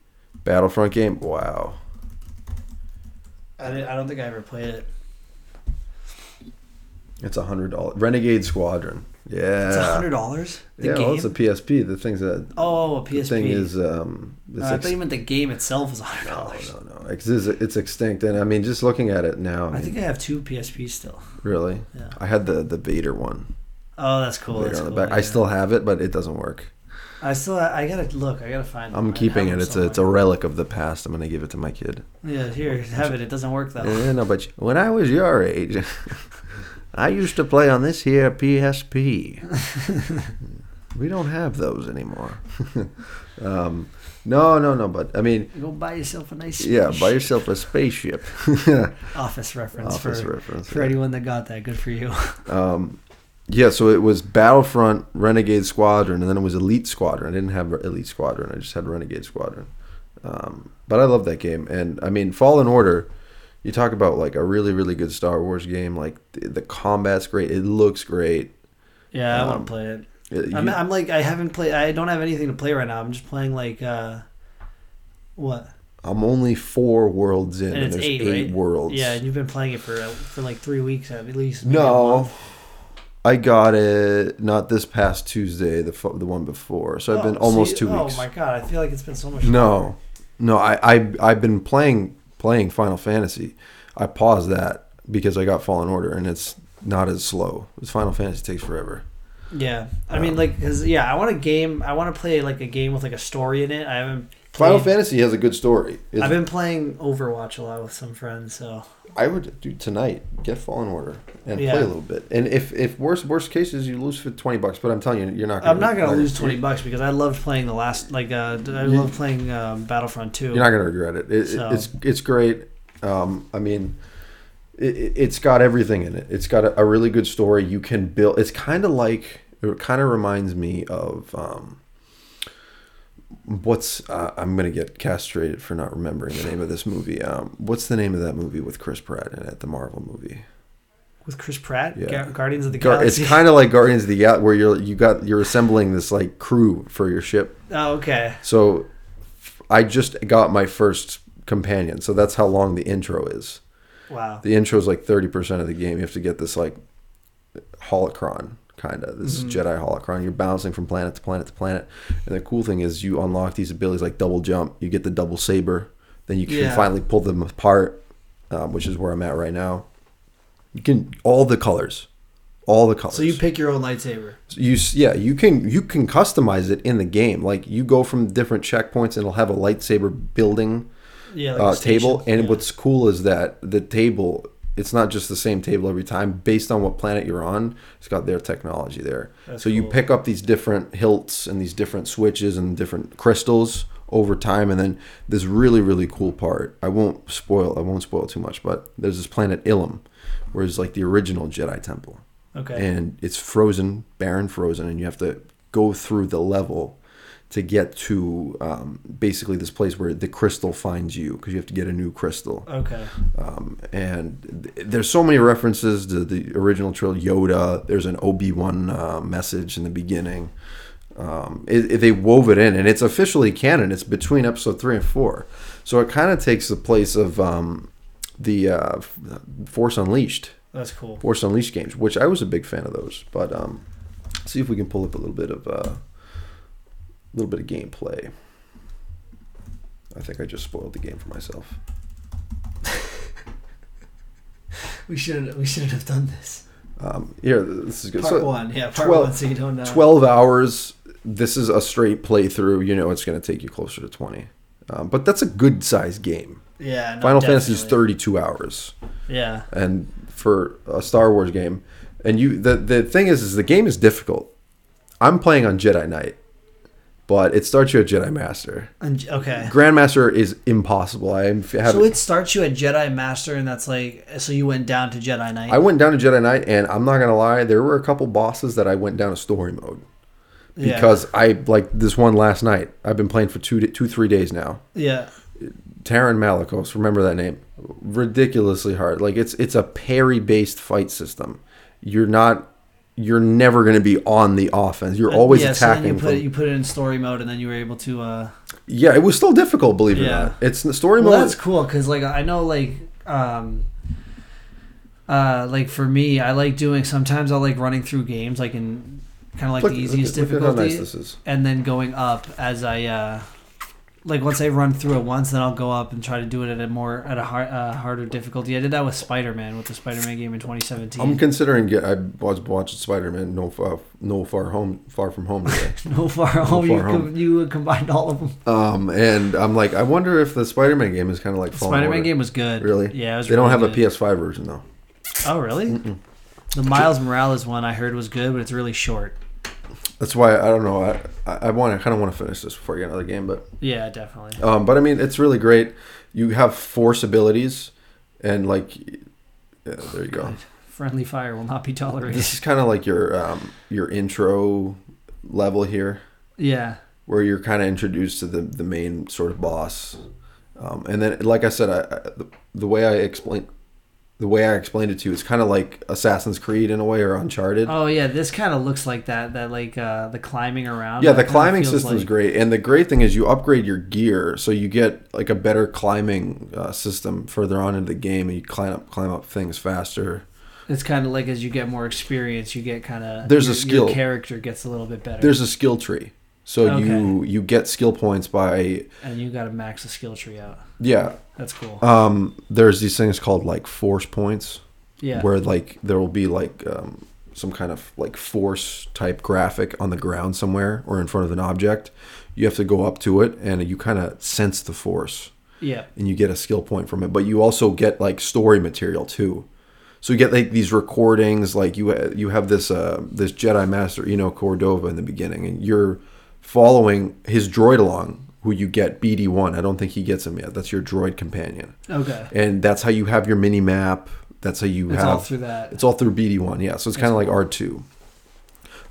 [SPEAKER 2] Battlefront game, wow,
[SPEAKER 1] I, did, I don't think I ever played it.
[SPEAKER 2] it's a hundred dollars. Renegade Squadron, yeah,
[SPEAKER 1] It's a hundred dollars. The
[SPEAKER 2] yeah,
[SPEAKER 1] game.
[SPEAKER 2] well, it's a PSP. The things that
[SPEAKER 1] oh, a PSP.
[SPEAKER 2] the thing is, um,
[SPEAKER 1] Uh,
[SPEAKER 2] it's
[SPEAKER 1] I
[SPEAKER 2] ex-
[SPEAKER 1] thought you meant the game itself was a hundred
[SPEAKER 2] No,
[SPEAKER 1] dollars.
[SPEAKER 2] no, no. It's, it's extinct, and I mean, just looking at it now, I,
[SPEAKER 1] I
[SPEAKER 2] mean,
[SPEAKER 1] think I have two PSPs still.
[SPEAKER 2] really,
[SPEAKER 1] Yeah.
[SPEAKER 2] I had the the Vader one.
[SPEAKER 1] Oh, that's cool.
[SPEAKER 2] Vader
[SPEAKER 1] That's
[SPEAKER 2] on the
[SPEAKER 1] cool.
[SPEAKER 2] back. I
[SPEAKER 1] yeah.
[SPEAKER 2] still have it, but it doesn't work.
[SPEAKER 1] I still. I gotta look. I gotta find.
[SPEAKER 2] I'm
[SPEAKER 1] them. I
[SPEAKER 2] keeping
[SPEAKER 1] have them
[SPEAKER 2] it. It's a it's a
[SPEAKER 1] somewhere.
[SPEAKER 2] relic of the past. I'm gonna give it to my kid.
[SPEAKER 1] Yeah, here, have it. It doesn't work though.
[SPEAKER 2] Eh, no, but when I was your age, I used to play on this here PSP. we don't have those anymore. um, no, no, no. But I mean,
[SPEAKER 1] Go buy yourself a nice.
[SPEAKER 2] yeah, buy
[SPEAKER 1] spaceship.
[SPEAKER 2] yourself a spaceship.
[SPEAKER 1] office reference
[SPEAKER 2] Office
[SPEAKER 1] for,
[SPEAKER 2] reference.
[SPEAKER 1] for
[SPEAKER 2] yeah.
[SPEAKER 1] anyone that got that. Good for you.
[SPEAKER 2] Um, yeah, so it was Battlefront, Renegade Squadron, and then it was Elite Squadron. I didn't have Elite Squadron; I just had Renegade Squadron. Um, but I love that game, and I mean, Fallen Order. You talk about like a really, really good Star Wars game. Like the, the combat's great; it looks great.
[SPEAKER 1] Yeah, I
[SPEAKER 2] Um,
[SPEAKER 1] want to play it.
[SPEAKER 2] It-
[SPEAKER 1] I'm,
[SPEAKER 2] you-
[SPEAKER 1] I'm like I haven't played. I don't have anything to play right now. I'm just playing like uh, what?
[SPEAKER 2] I'm only four worlds in,
[SPEAKER 1] And
[SPEAKER 2] and,
[SPEAKER 1] it's
[SPEAKER 2] there's eight,
[SPEAKER 1] eight, right?
[SPEAKER 2] worlds.
[SPEAKER 1] Yeah, and you've been playing it for uh, for like three weeks at least. maybe a
[SPEAKER 2] No,
[SPEAKER 1] month.
[SPEAKER 2] I got it not this past Tuesday, the fo- the one before. So I've been
[SPEAKER 1] Oh,
[SPEAKER 2] almost
[SPEAKER 1] see-
[SPEAKER 2] two weeks.
[SPEAKER 1] Oh my god, I feel like it's been so much.
[SPEAKER 2] No, no. I, I I've been playing playing Final Fantasy. I paused that because I got Fallen Order, and it's not as slow. It's Final Fantasy takes forever.
[SPEAKER 1] Yeah, I
[SPEAKER 2] Um,
[SPEAKER 1] mean like 'cause, yeah, I want a game. I want to play like a game with like a story in it. I haven't
[SPEAKER 2] Final
[SPEAKER 1] played-
[SPEAKER 2] Fantasy has a good story. It's-
[SPEAKER 1] I've been playing Overwatch a lot with some friends, so
[SPEAKER 2] I would do tonight. Get Fallen Order and
[SPEAKER 1] Yeah.
[SPEAKER 2] play a little bit. And if if worst worst cases you lose for twenty bucks, but I'm telling you, you're not. Gonna
[SPEAKER 1] I'm not gonna
[SPEAKER 2] regret it.
[SPEAKER 1] lose twenty bucks because I loved playing the last like uh, I
[SPEAKER 2] You-
[SPEAKER 1] love playing um, Battlefront two.
[SPEAKER 2] You're not gonna regret it. It- it-
[SPEAKER 1] So-
[SPEAKER 2] It's it's great. Um, I mean, it, it- it's got everything in it. It's got a, a really good story. You can build. It's kind of like it kind of reminds me of um, what's uh, I'm gonna get castrated for not remembering the name of this movie. Um, what's the name of that movie with Chris Pratt in it? The Marvel movie.
[SPEAKER 1] with Chris Pratt,
[SPEAKER 2] Yeah.
[SPEAKER 1] Ga- Guardians of the
[SPEAKER 2] Gar- it's
[SPEAKER 1] Galaxy.
[SPEAKER 2] kind of like Guardians of the Galaxy, where you're you got you're assembling this like crew for your ship.
[SPEAKER 1] oh, okay.
[SPEAKER 2] So I just got my first companion, so that's how long the intro is.
[SPEAKER 1] Wow.
[SPEAKER 2] The intro is like thirty percent of the game. You have to get this like holocron kind of this
[SPEAKER 1] Mhm.
[SPEAKER 2] Jedi holocron. You're bouncing from planet to planet to planet, and the cool thing is you unlock these abilities like double jump. You get the double saber, then you can
[SPEAKER 1] Yeah.
[SPEAKER 2] finally pull them apart, um, which is where I'm at right now. You can all the colors, all the colors.
[SPEAKER 1] So you pick your own lightsaber.
[SPEAKER 2] So you s- yeah you can you can customize it in the game like you go from different checkpoints and it'll have a lightsaber building
[SPEAKER 1] Yeah. Like
[SPEAKER 2] uh,
[SPEAKER 1] a station.
[SPEAKER 2] table and
[SPEAKER 1] Yeah.
[SPEAKER 2] what's cool is that the table it's not just the same table every time based on what planet you're on it's got their technology there
[SPEAKER 1] That's
[SPEAKER 2] so you
[SPEAKER 1] cool.
[SPEAKER 2] pick up these different hilts and these different switches and different crystals over time and then this really really cool part i won't spoil i won't spoil too much but there's this planet ilum where it's like the original jedi temple
[SPEAKER 1] okay.
[SPEAKER 2] and it's frozen, barren frozen, and you have to go through the level to get to um, basically this place where the crystal finds you because you have to get a new crystal.
[SPEAKER 1] okay.
[SPEAKER 2] Um, and th- there's so many references to the original trilogy, Yoda. There's an Obi Wan uh, message in the beginning. Um, it, it- they wove it in, and it's officially canon. It's between episode three and four, so it kind of takes the place of um, the uh, F- Force Unleashed.
[SPEAKER 1] That's cool.
[SPEAKER 2] Force Unleashed games, which I was a big fan of those. But um, see if we can pull up a little bit of a uh, little bit of gameplay. I think I just spoiled the game for myself.
[SPEAKER 1] We should we shouldn't have done this.
[SPEAKER 2] Um, here, this is good.
[SPEAKER 1] Part
[SPEAKER 2] so,
[SPEAKER 1] one. Yeah. Part
[SPEAKER 2] twelve-
[SPEAKER 1] one. So you don't know.
[SPEAKER 2] twelve hours. This is a straight playthrough. You know, it's going to take you closer to twenty. Um, but that's a good size game.
[SPEAKER 1] Yeah. no,
[SPEAKER 2] Final Fantasy is
[SPEAKER 1] definitely.
[SPEAKER 2] thirty-two hours.
[SPEAKER 1] Yeah.
[SPEAKER 2] and for a Star Wars game. And you the the thing is is the game is difficult. I'm playing on Jedi Knight, but it starts you at Jedi Master.
[SPEAKER 1] And, okay.
[SPEAKER 2] Grandmaster is impossible. I am have
[SPEAKER 1] So it starts you at Jedi Master, and that's like so you went down to Jedi Knight.
[SPEAKER 2] I went down to Jedi Knight and I'm not going to lie, there were a couple bosses that I went down to story mode
[SPEAKER 1] Yeah.
[SPEAKER 2] because I like this one last night. I've been playing for 2 2 3 days now.
[SPEAKER 1] yeah.
[SPEAKER 2] Taron Malikos, remember that name. Ridiculously hard. Like it's it's a parry based fight system. You're not you're never going to be on the offense. You're always
[SPEAKER 1] Uh, yeah, So then
[SPEAKER 2] attacking.
[SPEAKER 1] you put
[SPEAKER 2] from-
[SPEAKER 1] it, you put it in story mode, and then you were able to. Uh,
[SPEAKER 2] yeah, it was still difficult, believe it
[SPEAKER 1] Yeah.
[SPEAKER 2] or not. It's the story
[SPEAKER 1] well,
[SPEAKER 2] mode.
[SPEAKER 1] that's cool because like I know like um, uh, like for me, I like doing sometimes I like running through games like in kind of like
[SPEAKER 2] Look-
[SPEAKER 1] the easiest
[SPEAKER 2] look at- look at
[SPEAKER 1] difficulty,
[SPEAKER 2] how nice this is.
[SPEAKER 1] and then going up as I uh, like once I run through it once, then I'll go up and try to do it at a more at a hard, uh, harder difficulty. I did that with Spider Man with the Spider Man game in 2017.
[SPEAKER 2] I'm considering get I was watching Spider-Man No Far No Far Home Far From Home today.
[SPEAKER 1] no far home. you
[SPEAKER 2] Far Home.
[SPEAKER 1] Com- you combined all of them.
[SPEAKER 2] um and I'm like I wonder if the Spider-Man game is kind of like Fallen
[SPEAKER 1] Spider
[SPEAKER 2] Order.
[SPEAKER 1] Man game was good.
[SPEAKER 2] Really?
[SPEAKER 1] Yeah, it was
[SPEAKER 2] They don't
[SPEAKER 1] really
[SPEAKER 2] have
[SPEAKER 1] good.
[SPEAKER 2] a PS5 version though.
[SPEAKER 1] Oh, really? The Miles Morales one I heard was good, but it's really short.
[SPEAKER 2] That's why I don't know. I I, I want to kind of want to finish this before I get another game, but
[SPEAKER 1] Yeah, definitely.
[SPEAKER 2] Um, but I mean, it's really great. You have force abilities, and like, yeah, there you go.
[SPEAKER 1] Friendly fire will not be tolerated.
[SPEAKER 2] This is kind of like your um, your intro level here,
[SPEAKER 1] yeah.
[SPEAKER 2] where you're kind of introduced to the the main sort of boss, um, and then like I said, I, I the, the way I explain the way I explained it to you is kind of like Assassin's Creed in a way or Uncharted.
[SPEAKER 1] Oh yeah, this kind of looks like that. That like uh, the climbing around.
[SPEAKER 2] Yeah,
[SPEAKER 1] that
[SPEAKER 2] the
[SPEAKER 1] kinda
[SPEAKER 2] climbing
[SPEAKER 1] feels
[SPEAKER 2] system's
[SPEAKER 1] like-
[SPEAKER 2] great, and the great thing is you upgrade your gear, so you get like a better climbing uh, system further on in the game, and you climb up, climb up things faster.
[SPEAKER 1] It's kind of like as you get more experience, you get kind of
[SPEAKER 2] There's a
[SPEAKER 1] your,
[SPEAKER 2] skill.
[SPEAKER 1] Your character gets a little bit better,
[SPEAKER 2] There's a skill tree, so you you get skill points by
[SPEAKER 1] and you got to max the skill tree out.
[SPEAKER 2] yeah.
[SPEAKER 1] That's cool.
[SPEAKER 2] Uh, Um, there's these things called like force points,
[SPEAKER 1] yeah.
[SPEAKER 2] where like there will be like um, some kind of like force type graphic on the ground somewhere or in front of an object, you have to go up to it and you kind of sense the force
[SPEAKER 1] Yeah.
[SPEAKER 2] and you get a skill point from it. But you also get like story material too. So you get like these recordings, like you you have this uh, this Jedi Master Eno Cordova in the beginning, and you're following his droid along, who you get BD one. I don't think he gets him yet. That's your droid companion,
[SPEAKER 1] Okay.
[SPEAKER 2] and that's how you have your mini map. That's how you
[SPEAKER 1] It's
[SPEAKER 2] have
[SPEAKER 1] all through that.
[SPEAKER 2] it's all through BD1, yeah. So it's kind of like R2.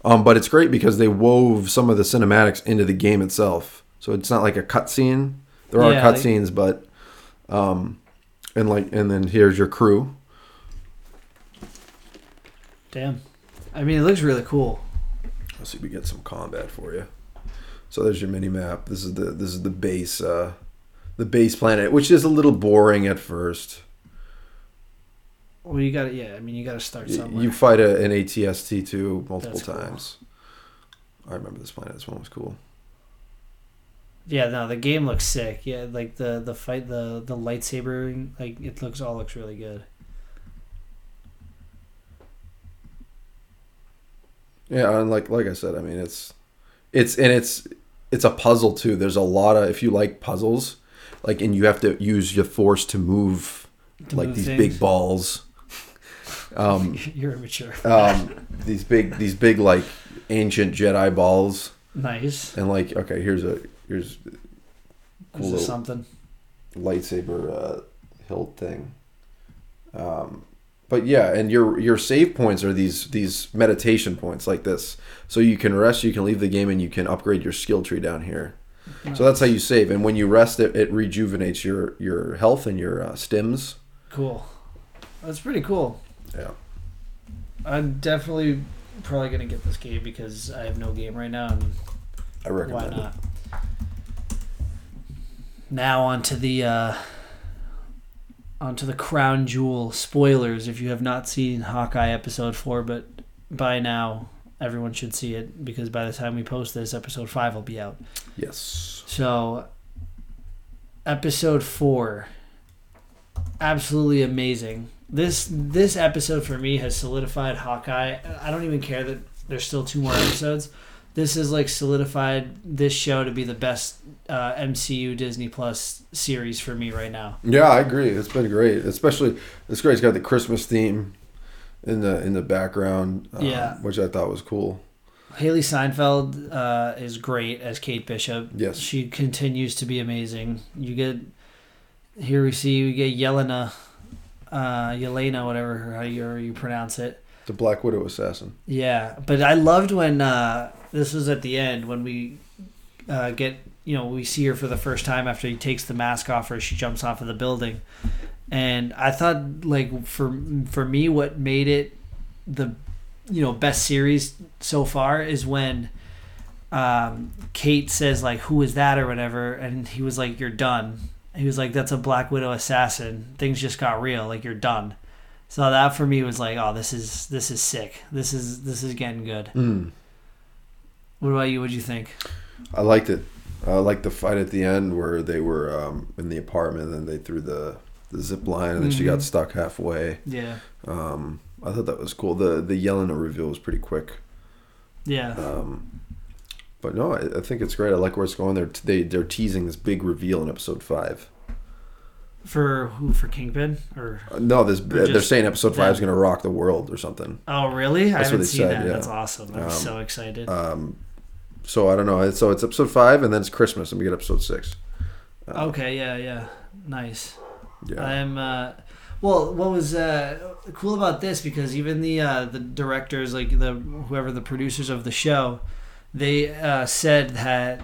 [SPEAKER 2] Um, but it's great because they wove some of the cinematics into the game itself. So it's not like a cutscene. There are
[SPEAKER 1] Yeah, like-
[SPEAKER 2] cutscenes, but um, and like and then here's your crew.
[SPEAKER 1] Damn. I mean, it looks really cool.
[SPEAKER 2] Let's see if we get some combat for you. So there's your mini map. This is the this is the base uh, the base planet, which is a little boring at first.
[SPEAKER 1] Well, you got to yeah. I mean, you got to start
[SPEAKER 2] Y-
[SPEAKER 1] somewhere.
[SPEAKER 2] You fight a, an ATST two multiple
[SPEAKER 1] That's cool.
[SPEAKER 2] times. I remember this planet. This one was cool.
[SPEAKER 1] yeah. No, the game looks sick. Yeah, like the the fight, the the lightsaber, like it looks all looks really good.
[SPEAKER 2] Yeah, and like like I said, I mean it's it's and it's it's a puzzle too. There's a lot of if you like puzzles, like and you have to use your force to move
[SPEAKER 1] To
[SPEAKER 2] like
[SPEAKER 1] move
[SPEAKER 2] these
[SPEAKER 1] things.
[SPEAKER 2] big balls. um,
[SPEAKER 1] You're immature.
[SPEAKER 2] um, these big these big like ancient Jedi balls
[SPEAKER 1] Nice.
[SPEAKER 2] and like okay, here's a here's Cool
[SPEAKER 1] This
[SPEAKER 2] little-
[SPEAKER 1] is something.
[SPEAKER 2] lightsaber uh, hilt thing. Um, but yeah, and your your save points are these these meditation points like this, so you can rest, you can leave the game, and you can upgrade your skill tree down here. So that's how you save, and when you rest, it, it rejuvenates your your health and your uh, stims.
[SPEAKER 1] Cool. That's pretty cool.
[SPEAKER 2] Yeah.
[SPEAKER 1] I'm definitely probably gonna get this game because I have no game right now, and
[SPEAKER 2] I
[SPEAKER 1] why
[SPEAKER 2] recommend it.
[SPEAKER 1] not? Now onto the uh, onto the crown jewel spoilers. If you have not seen Hawkeye episode four, but by now everyone should see it because by the time we post this, episode five will be out.
[SPEAKER 2] Yes.
[SPEAKER 1] So, episode four, absolutely amazing. This this episode for me has solidified Hawkeye. I don't even care that there's still two more episodes. This is like solidified this show to be the best uh, MCU Disney Plus series for me right now.
[SPEAKER 2] Yeah, I agree. It's been great, especially it's great. It's got the Christmas theme in the in the background, um,
[SPEAKER 1] Yeah.
[SPEAKER 2] which I thought was cool.
[SPEAKER 1] Haley Seinfeld uh, is great as Kate Bishop.
[SPEAKER 2] Yes.
[SPEAKER 1] she continues to be amazing. You get here we see you get Yelena, uh, Yelena, whatever how you, or you pronounce it.
[SPEAKER 2] The Black Widow assassin.
[SPEAKER 1] Yeah, but I loved when uh, this was at the end when we uh, get you know we see her for the first time after he takes the mask off her. She jumps off of the building, and I thought like for for me what made it the you know best series so far is when um, Kate says like who is that or whatever, and he was like you're done. He was like that's a Black Widow assassin. Things just got real. Like you're done. So that for me was like, oh, this is this is sick. This is this is getting good.
[SPEAKER 2] Mm.
[SPEAKER 1] What about you? What'd you think?
[SPEAKER 2] I liked it. I liked the fight at the end where they were um, in the apartment and they threw the, the zip line and then she
[SPEAKER 1] Mhm.
[SPEAKER 2] got stuck halfway.
[SPEAKER 1] Yeah,
[SPEAKER 2] Um, I thought that was cool. The the Yelena reveal was pretty quick.
[SPEAKER 1] yeah,
[SPEAKER 2] Um, but no, I, I think it's great. I like where it's going. They're they, they're teasing this big reveal in episode five.
[SPEAKER 1] for who? For Kingpin or?
[SPEAKER 2] Uh, no, this they're
[SPEAKER 1] just-
[SPEAKER 2] saying episode
[SPEAKER 1] yeah.
[SPEAKER 2] five is going to rock the world or something.
[SPEAKER 1] Oh, really? I
[SPEAKER 2] That's what
[SPEAKER 1] haven't
[SPEAKER 2] they
[SPEAKER 1] seen
[SPEAKER 2] said,
[SPEAKER 1] that.
[SPEAKER 2] yeah.
[SPEAKER 1] That's awesome. I'm
[SPEAKER 2] Um,
[SPEAKER 1] so excited.
[SPEAKER 2] Um, so I don't know. So it's episode five and then it's Christmas and we get episode six. uh,
[SPEAKER 1] okay, yeah, yeah, nice.
[SPEAKER 2] Yeah.
[SPEAKER 1] I'm. Uh, well, what was uh, cool about this because even the uh, the directors, like the whoever the producers of the show, they uh, said that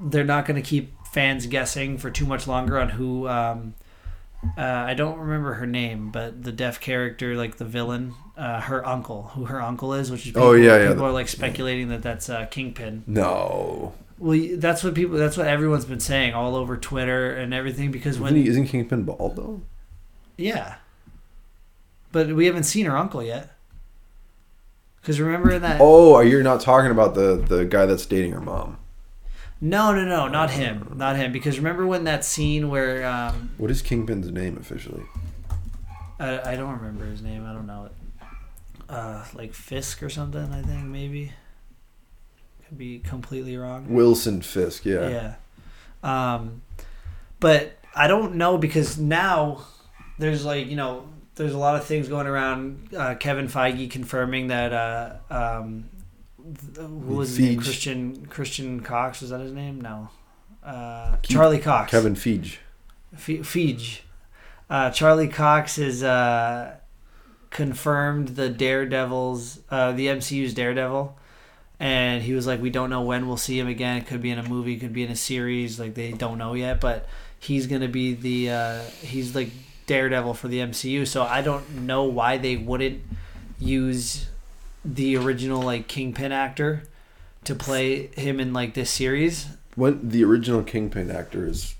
[SPEAKER 1] they're not going to keep fans guessing for too much longer on who. Um, uh, I don't remember her name, but the deaf character, like the villain, uh, her uncle, who her uncle is, which is
[SPEAKER 2] Oh, yeah, yeah.
[SPEAKER 1] people are like speculating that that's uh, Kingpin.
[SPEAKER 2] no.
[SPEAKER 1] Well, y- that's what people. That's what everyone's been saying all over Twitter and everything. Because
[SPEAKER 2] Isn't,
[SPEAKER 1] when,
[SPEAKER 2] he, isn't Kingpin bald though?
[SPEAKER 1] yeah, but we haven't seen her uncle yet. Because remember in that?
[SPEAKER 2] Oh, are you not talking about the the guy that's dating her mom?
[SPEAKER 1] No, no, no, not him, not him. Because remember when that scene where um,
[SPEAKER 2] What is Kingpin's name officially?
[SPEAKER 1] I, I don't remember his name. I don't know it. uh, like Fisk or something. I think maybe could be completely wrong.
[SPEAKER 2] Wilson Fisk, yeah.
[SPEAKER 1] Yeah. Um, but I don't know because now there's like you know there's a lot of things going around. Uh, Kevin Feige confirming that uh, um, th- who was his name?
[SPEAKER 2] Feige.
[SPEAKER 1] Christian Christian Cox was that his name? No, uh,
[SPEAKER 2] Keith-
[SPEAKER 1] Charlie Cox.
[SPEAKER 2] Kevin Feige.
[SPEAKER 1] Fe- Feige. Uh, Charlie Cox has uh, confirmed the Daredevil's, uh, the MCU's Daredevil, and he was like, "We don't know when we'll see him again. It could be in a movie, it could be in a series. Like they don't know yet, but he's gonna be the uh, he's like Daredevil for the MCU. So I don't know why they wouldn't use the original like Kingpin actor to play him in like this series.
[SPEAKER 2] When the original Kingpin actor is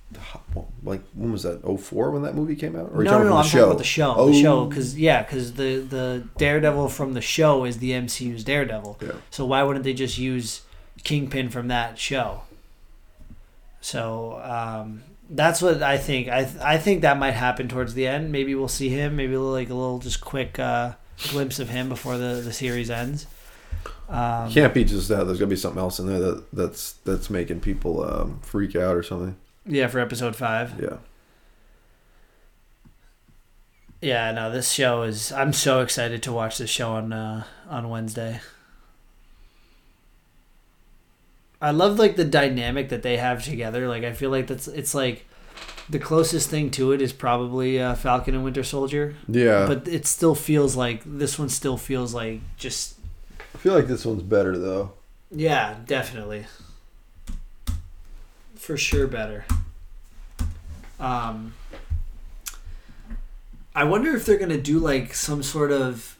[SPEAKER 2] like when was that? 04 when that movie came out? Or are you
[SPEAKER 1] no, no, no. I'm
[SPEAKER 2] about
[SPEAKER 1] talking about the show.
[SPEAKER 2] Oh.
[SPEAKER 1] The show, because yeah, because the the Daredevil from the show is the MCU's Daredevil.
[SPEAKER 2] Yeah.
[SPEAKER 1] So why wouldn't they just use Kingpin from that show? So um, that's what I think. I th- I think that might happen towards the end. Maybe we'll see him. Maybe like a little just quick uh, glimpse of him before the the series ends. Um,
[SPEAKER 2] Can't be just that. There's got to be something else in there that that's that's making people um, freak out or something.
[SPEAKER 1] yeah, for episode five.
[SPEAKER 2] Yeah.
[SPEAKER 1] Yeah, no, this show is. I'm so excited to watch this show on uh, on Wednesday. I love like the dynamic that they have together. Like, I feel like that's it's like the closest thing to it is probably uh, Falcon and Winter Soldier,
[SPEAKER 2] Yeah.
[SPEAKER 1] but it still feels like this one still feels like just
[SPEAKER 2] I feel like this one's better though.
[SPEAKER 1] yeah, definitely. For sure better. Um I wonder if they're going to do like some sort of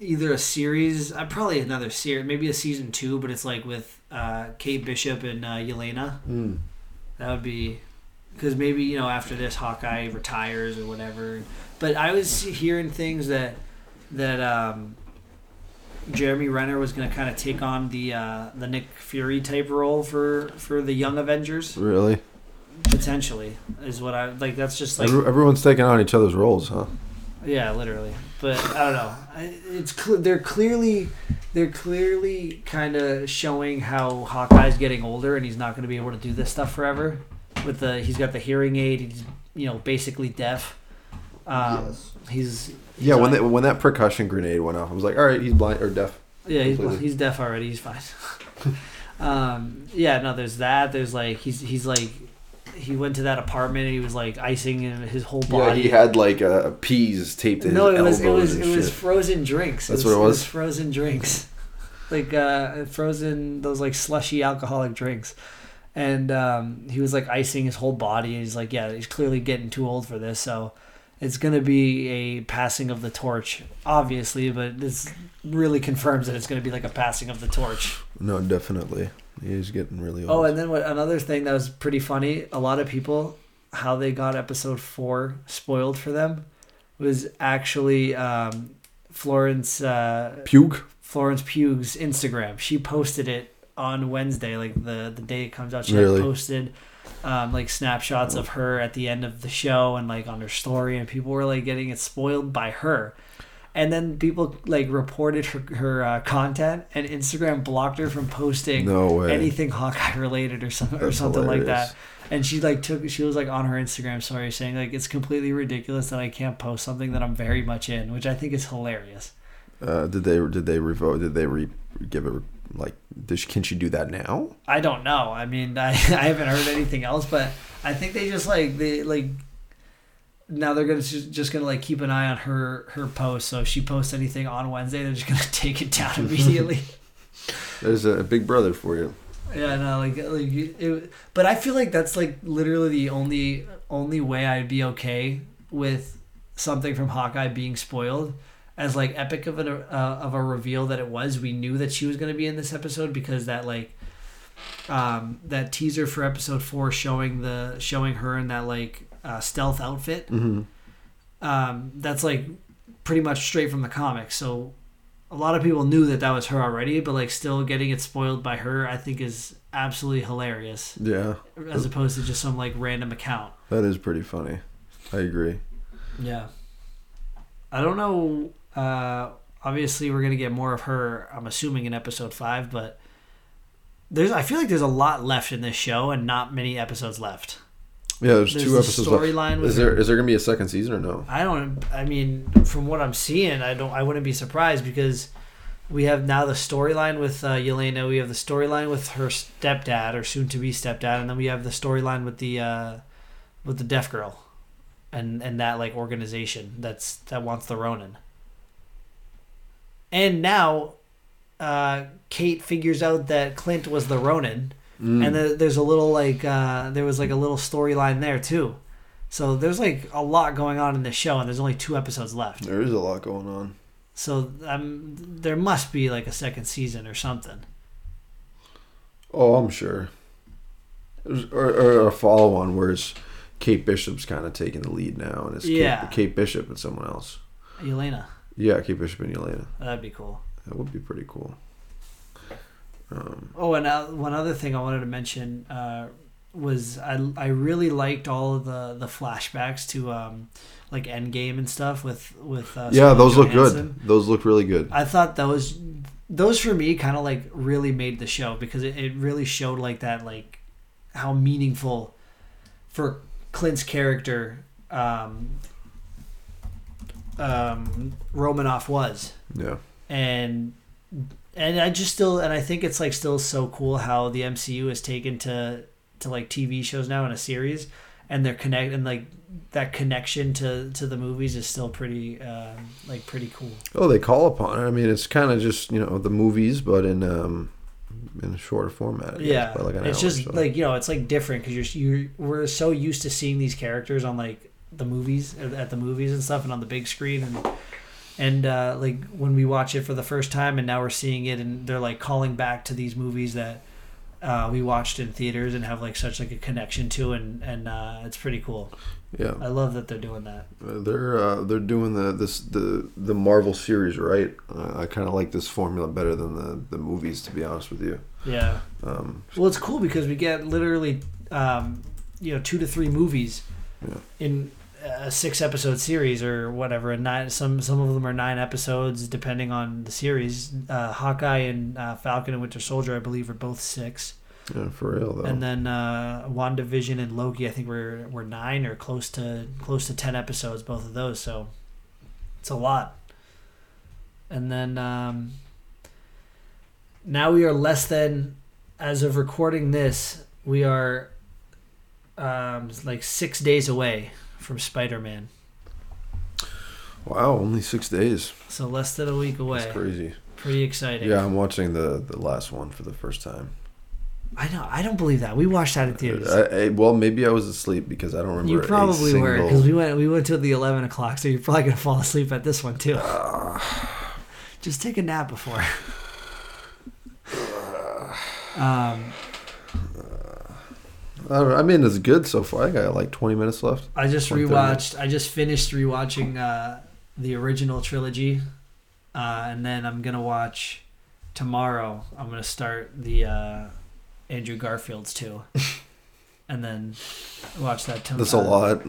[SPEAKER 1] either a series, uh, probably another series, maybe a season 2, but it's like with uh Kate Bishop and uh, Yelena.
[SPEAKER 2] Mm.
[SPEAKER 1] That would be because maybe you know after this Hawkeye retires or whatever. But I was hearing things that that um, Jeremy Renner was going to kind of take on the uh, the Nick Fury type role for for the Young Avengers
[SPEAKER 2] Really?
[SPEAKER 1] potentially is what I like. That's just like
[SPEAKER 2] Every- everyone's taking on each other's roles, huh?
[SPEAKER 1] yeah, literally. But I don't know. I- It's cl- they're clearly they're clearly kind of showing how Hawkeye's getting older and he's not going to be able to do this stuff forever. With the he's got the hearing aid. He's you know basically deaf. Um,
[SPEAKER 2] Yes.
[SPEAKER 1] He's, he's
[SPEAKER 2] Yeah, when
[SPEAKER 1] on-
[SPEAKER 2] that when that percussion grenade went off, I was like, all right, he's blind or deaf.
[SPEAKER 1] Yeah, he's,
[SPEAKER 2] Completely.
[SPEAKER 1] he's deaf already. He's fine. um, yeah, no, there's that. There's like he's he's like he went to that apartment and he was like icing in his whole body.
[SPEAKER 2] had like uh, peas taped
[SPEAKER 1] no, it was it was it was frozen drinks.
[SPEAKER 2] That's what it was?
[SPEAKER 1] Frozen drinks, like uh, frozen those like slushy alcoholic drinks, and um, he was like icing his whole body. And he's like, yeah, he's clearly getting too old for this. So it's gonna be a passing of the torch, obviously, but this really confirms that it's gonna be like a passing of the torch.
[SPEAKER 2] No, definitely. He's getting really
[SPEAKER 1] Oh,
[SPEAKER 2] old.
[SPEAKER 1] and then what, another thing that was pretty funny. A lot of people, how they got episode four spoiled for them, was actually um, Florence uh,
[SPEAKER 2] Puke.
[SPEAKER 1] Florence Pugh's Instagram. She posted it on Wednesday, like the the day it comes out. She had
[SPEAKER 2] Really?
[SPEAKER 1] posted um, like snapshots of her at the end of the show and like on her story, and people were like getting it spoiled by her. And then people like reported her, her uh, content, and Instagram blocked her from posting
[SPEAKER 2] No way.
[SPEAKER 1] anything Hawkeye related or something or
[SPEAKER 2] That's
[SPEAKER 1] something like
[SPEAKER 2] hilarious.
[SPEAKER 1] that. And she like took she was like on her Instagram story saying like it's completely ridiculous that I can't post something that I'm very much in, which I think is hilarious.
[SPEAKER 2] Uh, did they did they revote? Did they re give it like? Does she, can she do that now?
[SPEAKER 1] I don't know. I mean, I, I haven't heard anything else, but I think they just like they like now they're gonna just, just gonna like keep an eye on her her post. So if she posts anything on Wednesday, they're just gonna take it down immediately.
[SPEAKER 2] There's a big brother for you.
[SPEAKER 1] Yeah, no, like, like it, but I feel like that's like literally the only only way I'd be okay with something from Hawkeye being spoiled. As like epic of an uh, of a reveal that it was, we knew that she was going to be in this episode because that like um, that teaser for episode four showing the showing her in that like uh, stealth outfit
[SPEAKER 2] Mm-hmm.
[SPEAKER 1] um, that's like pretty much straight from the comics. So a lot of people knew that that was her already, but like still getting it spoiled by her, I think is absolutely hilarious
[SPEAKER 2] Yeah,
[SPEAKER 1] as opposed to just some like random account.
[SPEAKER 2] that is pretty funny. I agree.
[SPEAKER 1] Yeah. I don't know uh, obviously we're gonna get more of her. I'm assuming in episode five, but there's I feel like there's a lot left in this show and not many episodes left.
[SPEAKER 2] Yeah, there's,
[SPEAKER 1] There's
[SPEAKER 2] two
[SPEAKER 1] the
[SPEAKER 2] episodes left.
[SPEAKER 1] storyline with
[SPEAKER 2] Is there is there gonna be a second season or no?
[SPEAKER 1] I don't. I mean, from what I'm seeing, I don't. I wouldn't be surprised because we have now the storyline with uh, Yelena. We have the storyline with her stepdad or soon-to-be stepdad, and then we have the storyline with the uh, with the deaf girl, and and that like organization that's that wants the Ronin. And now, uh, Kate figures out that Clint was the Ronin
[SPEAKER 2] Mm.
[SPEAKER 1] and the, there's a little like uh, there was like a little storyline there too so there's like a lot going on in this show and there's only two episodes left
[SPEAKER 2] there is a lot going on.
[SPEAKER 1] so um, there must be like a second season or something
[SPEAKER 2] Oh, I'm sure. There's- Or, or a follow on where it's Kate Bishop's kind of taking the lead now, and it's
[SPEAKER 1] Yeah.
[SPEAKER 2] Kate, Kate Bishop and someone else.
[SPEAKER 1] elena
[SPEAKER 2] Yeah, Kate Bishop and Elena.
[SPEAKER 1] that'd be cool
[SPEAKER 2] That would be pretty cool. Um,
[SPEAKER 1] oh and uh, one other thing i wanted to mention uh, was I, I really liked all of the, the flashbacks to um, like endgame and stuff with with uh,
[SPEAKER 2] yeah,
[SPEAKER 1] Scarlett
[SPEAKER 2] those look
[SPEAKER 1] Johansson.
[SPEAKER 2] good. Those look really good.
[SPEAKER 1] I thought those those for me kind of like really made the show because it, it really showed like that like how meaningful for Clint's character um, um, Romanoff was
[SPEAKER 2] Yeah.
[SPEAKER 1] and and I just still and I think it's like still so cool how the MCU is taken to to like TV shows now in a series and they're connect and like that connection to to the movies is still pretty um, like pretty cool.
[SPEAKER 2] Oh, they call upon it. I mean, it's kind of just you know the movies, but in um, in a shorter format. I guess,
[SPEAKER 1] yeah
[SPEAKER 2] by like an
[SPEAKER 1] it's
[SPEAKER 2] hour,
[SPEAKER 1] just
[SPEAKER 2] so.
[SPEAKER 1] like you know it's like different because you're you we're so used to seeing these characters on like the movies at at the movies and stuff and on the big screen and and uh, like when we watch it for the first time and now we're seeing it and they're like calling back to these movies that uh, we watched in theaters and have like such like a connection to and and uh, it's pretty cool
[SPEAKER 2] yeah,
[SPEAKER 1] i love that they're doing that
[SPEAKER 2] Uh, they're uh, they're doing the this the the Marvel series right. Uh, I kind of like this formula better than the the movies, to be honest with you.
[SPEAKER 1] yeah
[SPEAKER 2] Um,
[SPEAKER 1] Well, it's cool because we get literally, um, you know, two to three movies
[SPEAKER 2] Yeah.
[SPEAKER 1] in a six episode series or whatever. And nine, some some of them are nine episodes depending on the series. Uh, Hawkeye and uh, Falcon and Winter Soldier, I believe, are both six.
[SPEAKER 2] yeah, for real though.
[SPEAKER 1] And then uh, WandaVision and Loki, I think were were nine or close to close to ten episodes, both of those. So it's a lot. And then um, now we are less than, as of recording this, we are um, like six days away from Spider Man.
[SPEAKER 2] wow, only six days.
[SPEAKER 1] So less than a week away.
[SPEAKER 2] That's crazy.
[SPEAKER 1] Pretty exciting.
[SPEAKER 2] Yeah, I'm watching the the last one for the first time.
[SPEAKER 1] I know. I don't believe that. We watched that in theaters.
[SPEAKER 2] I, I, well, maybe I was asleep because I don't remember.
[SPEAKER 1] You
[SPEAKER 2] a
[SPEAKER 1] probably were
[SPEAKER 2] single-
[SPEAKER 1] because we went we went to the eleven o'clock, so you're probably gonna fall asleep at this one too. Just take a nap before. um,
[SPEAKER 2] I, don't know. I mean, it's good so far. I got like 20 minutes left.
[SPEAKER 1] I just
[SPEAKER 2] One thirty.
[SPEAKER 1] rewatched. I just finished rewatching uh, the original trilogy, uh, and then I'm gonna watch tomorrow. I'm gonna start the uh, Andrew Garfield's too, and then watch that. Tom-
[SPEAKER 2] That's a
[SPEAKER 1] uh,
[SPEAKER 2] lot.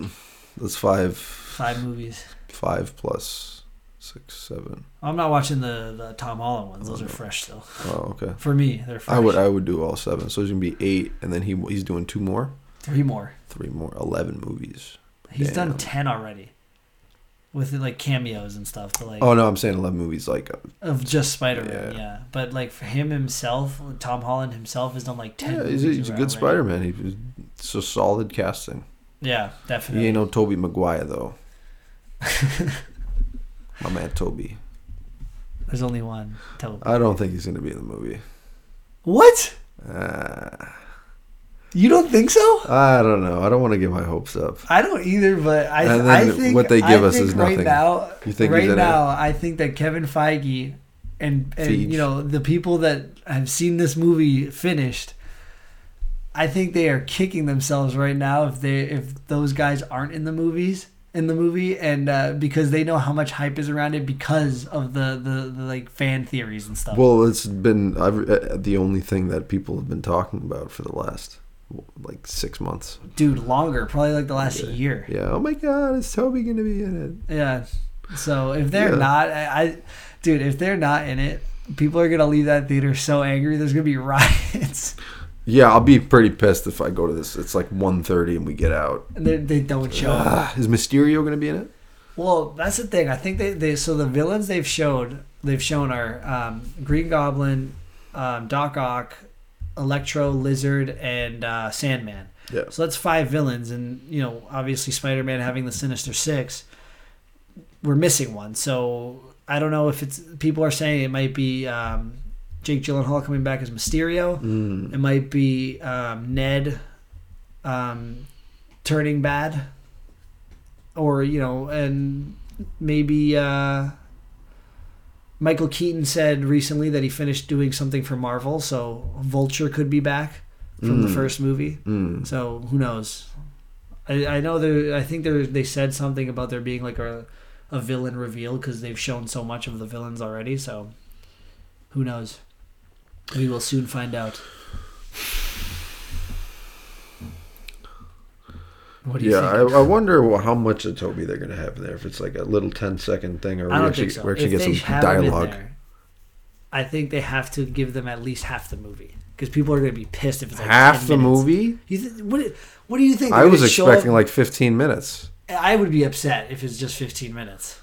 [SPEAKER 2] That's five,
[SPEAKER 1] Five movies.
[SPEAKER 2] five plus six, seven.
[SPEAKER 1] I'm not watching the, the Tom Holland ones. Those
[SPEAKER 2] Oh,
[SPEAKER 1] are
[SPEAKER 2] no.
[SPEAKER 1] fresh still.
[SPEAKER 2] Oh, okay.
[SPEAKER 1] For me, they're fresh.
[SPEAKER 2] I would, I would do all seven. So it's gonna be eight, and then he he's doing two more,
[SPEAKER 1] Three more.
[SPEAKER 2] three more, eleven movies.
[SPEAKER 1] He's done
[SPEAKER 2] Damn.
[SPEAKER 1] ten already, with like cameos and stuff. But like
[SPEAKER 2] Oh no, I'm saying eleven movies. Like, uh,
[SPEAKER 1] of just Spider Man, yeah.
[SPEAKER 2] Yeah.
[SPEAKER 1] But like for him himself, Tom Holland himself has done like ten.
[SPEAKER 2] yeah, he's, a,
[SPEAKER 1] movies
[SPEAKER 2] he's a
[SPEAKER 1] around
[SPEAKER 2] good
[SPEAKER 1] already.
[SPEAKER 2] Spider-Man. He, was- it's a solid casting.
[SPEAKER 1] Yeah,
[SPEAKER 2] He
[SPEAKER 1] definitely.
[SPEAKER 2] ain't no Toby Maguire though. My man Toby.
[SPEAKER 1] There's only one. Toby.
[SPEAKER 2] I don't think he's gonna be in the movie.
[SPEAKER 1] what?
[SPEAKER 2] Uh,
[SPEAKER 1] You don't think so?
[SPEAKER 2] I don't know. I don't want to get my hopes up.
[SPEAKER 1] I don't either. But I,
[SPEAKER 2] And then
[SPEAKER 1] I think
[SPEAKER 2] what they
[SPEAKER 1] I
[SPEAKER 2] give us
[SPEAKER 1] think
[SPEAKER 2] is
[SPEAKER 1] right
[SPEAKER 2] nothing.
[SPEAKER 1] now.
[SPEAKER 2] You think he's
[SPEAKER 1] right
[SPEAKER 2] in
[SPEAKER 1] now, I think that Kevin Feige and and
[SPEAKER 2] Feige.
[SPEAKER 1] you know the people that have seen this movie finished, I think they are kicking themselves right now if they if those guys aren't in the movies in the movie and uh, because they know how much hype is around it because of the, the, the like fan theories and stuff.
[SPEAKER 2] Well, it's been I've, uh, the only thing that people have been talking about for the last like six months.
[SPEAKER 1] Dude, longer probably like the last
[SPEAKER 2] Yeah.
[SPEAKER 1] year.
[SPEAKER 2] Yeah. Oh my God, is Toby gonna be in it?
[SPEAKER 1] Yeah. So if they're
[SPEAKER 2] Yeah.
[SPEAKER 1] not, I, I dude, if they're not in it, people are gonna leave that theater so angry. There's gonna be riots,
[SPEAKER 2] Yeah, I'll be pretty pissed if I go to this. It's like 1.30 and we get out.
[SPEAKER 1] and they, they don't show up.
[SPEAKER 2] Ah, is Mysterio going to be in it?
[SPEAKER 1] Well, that's the thing. I think they, they so the villains they've showed they've shown are um, Green Goblin, um, Doc Ock, Electro, Lizard, and uh, Sandman.
[SPEAKER 2] Yeah.
[SPEAKER 1] So that's five villains, and you know, obviously Spider Man having the Sinister Six. We're missing one, so I don't know if it's people are saying it might be um, Jake Gyllenhaal coming back as Mysterio. It might be um, Ned um, turning bad, or you know, and maybe uh, Michael Keaton said recently that he finished doing something for Marvel, so Vulture could be back from the
[SPEAKER 2] Mm.
[SPEAKER 1] first movie.
[SPEAKER 2] Mm.
[SPEAKER 1] So who knows? I, I know there. I think there. They said something about there being like a a villain reveal because they've shown so much of the villains already. So who knows? We will soon find out. What do you
[SPEAKER 2] Yeah, I,
[SPEAKER 1] think?
[SPEAKER 2] I wonder wha- how much of Toby they're going to have in there. If it's like a little 10 second thing or we
[SPEAKER 1] I, don't
[SPEAKER 2] actually,
[SPEAKER 1] think so.
[SPEAKER 2] we actually
[SPEAKER 1] If
[SPEAKER 2] get
[SPEAKER 1] they
[SPEAKER 2] some
[SPEAKER 1] have him in
[SPEAKER 2] dialogue.
[SPEAKER 1] there, I think they have to give them at least half the movie because people are going to be pissed if it's like 10
[SPEAKER 2] Half the
[SPEAKER 1] minutes.
[SPEAKER 2] movie?
[SPEAKER 1] You th- what? What do you think?
[SPEAKER 2] I
[SPEAKER 1] They're
[SPEAKER 2] was
[SPEAKER 1] gonna show up-
[SPEAKER 2] expecting like 15 minutes.
[SPEAKER 1] I would be upset if it's just 15 minutes.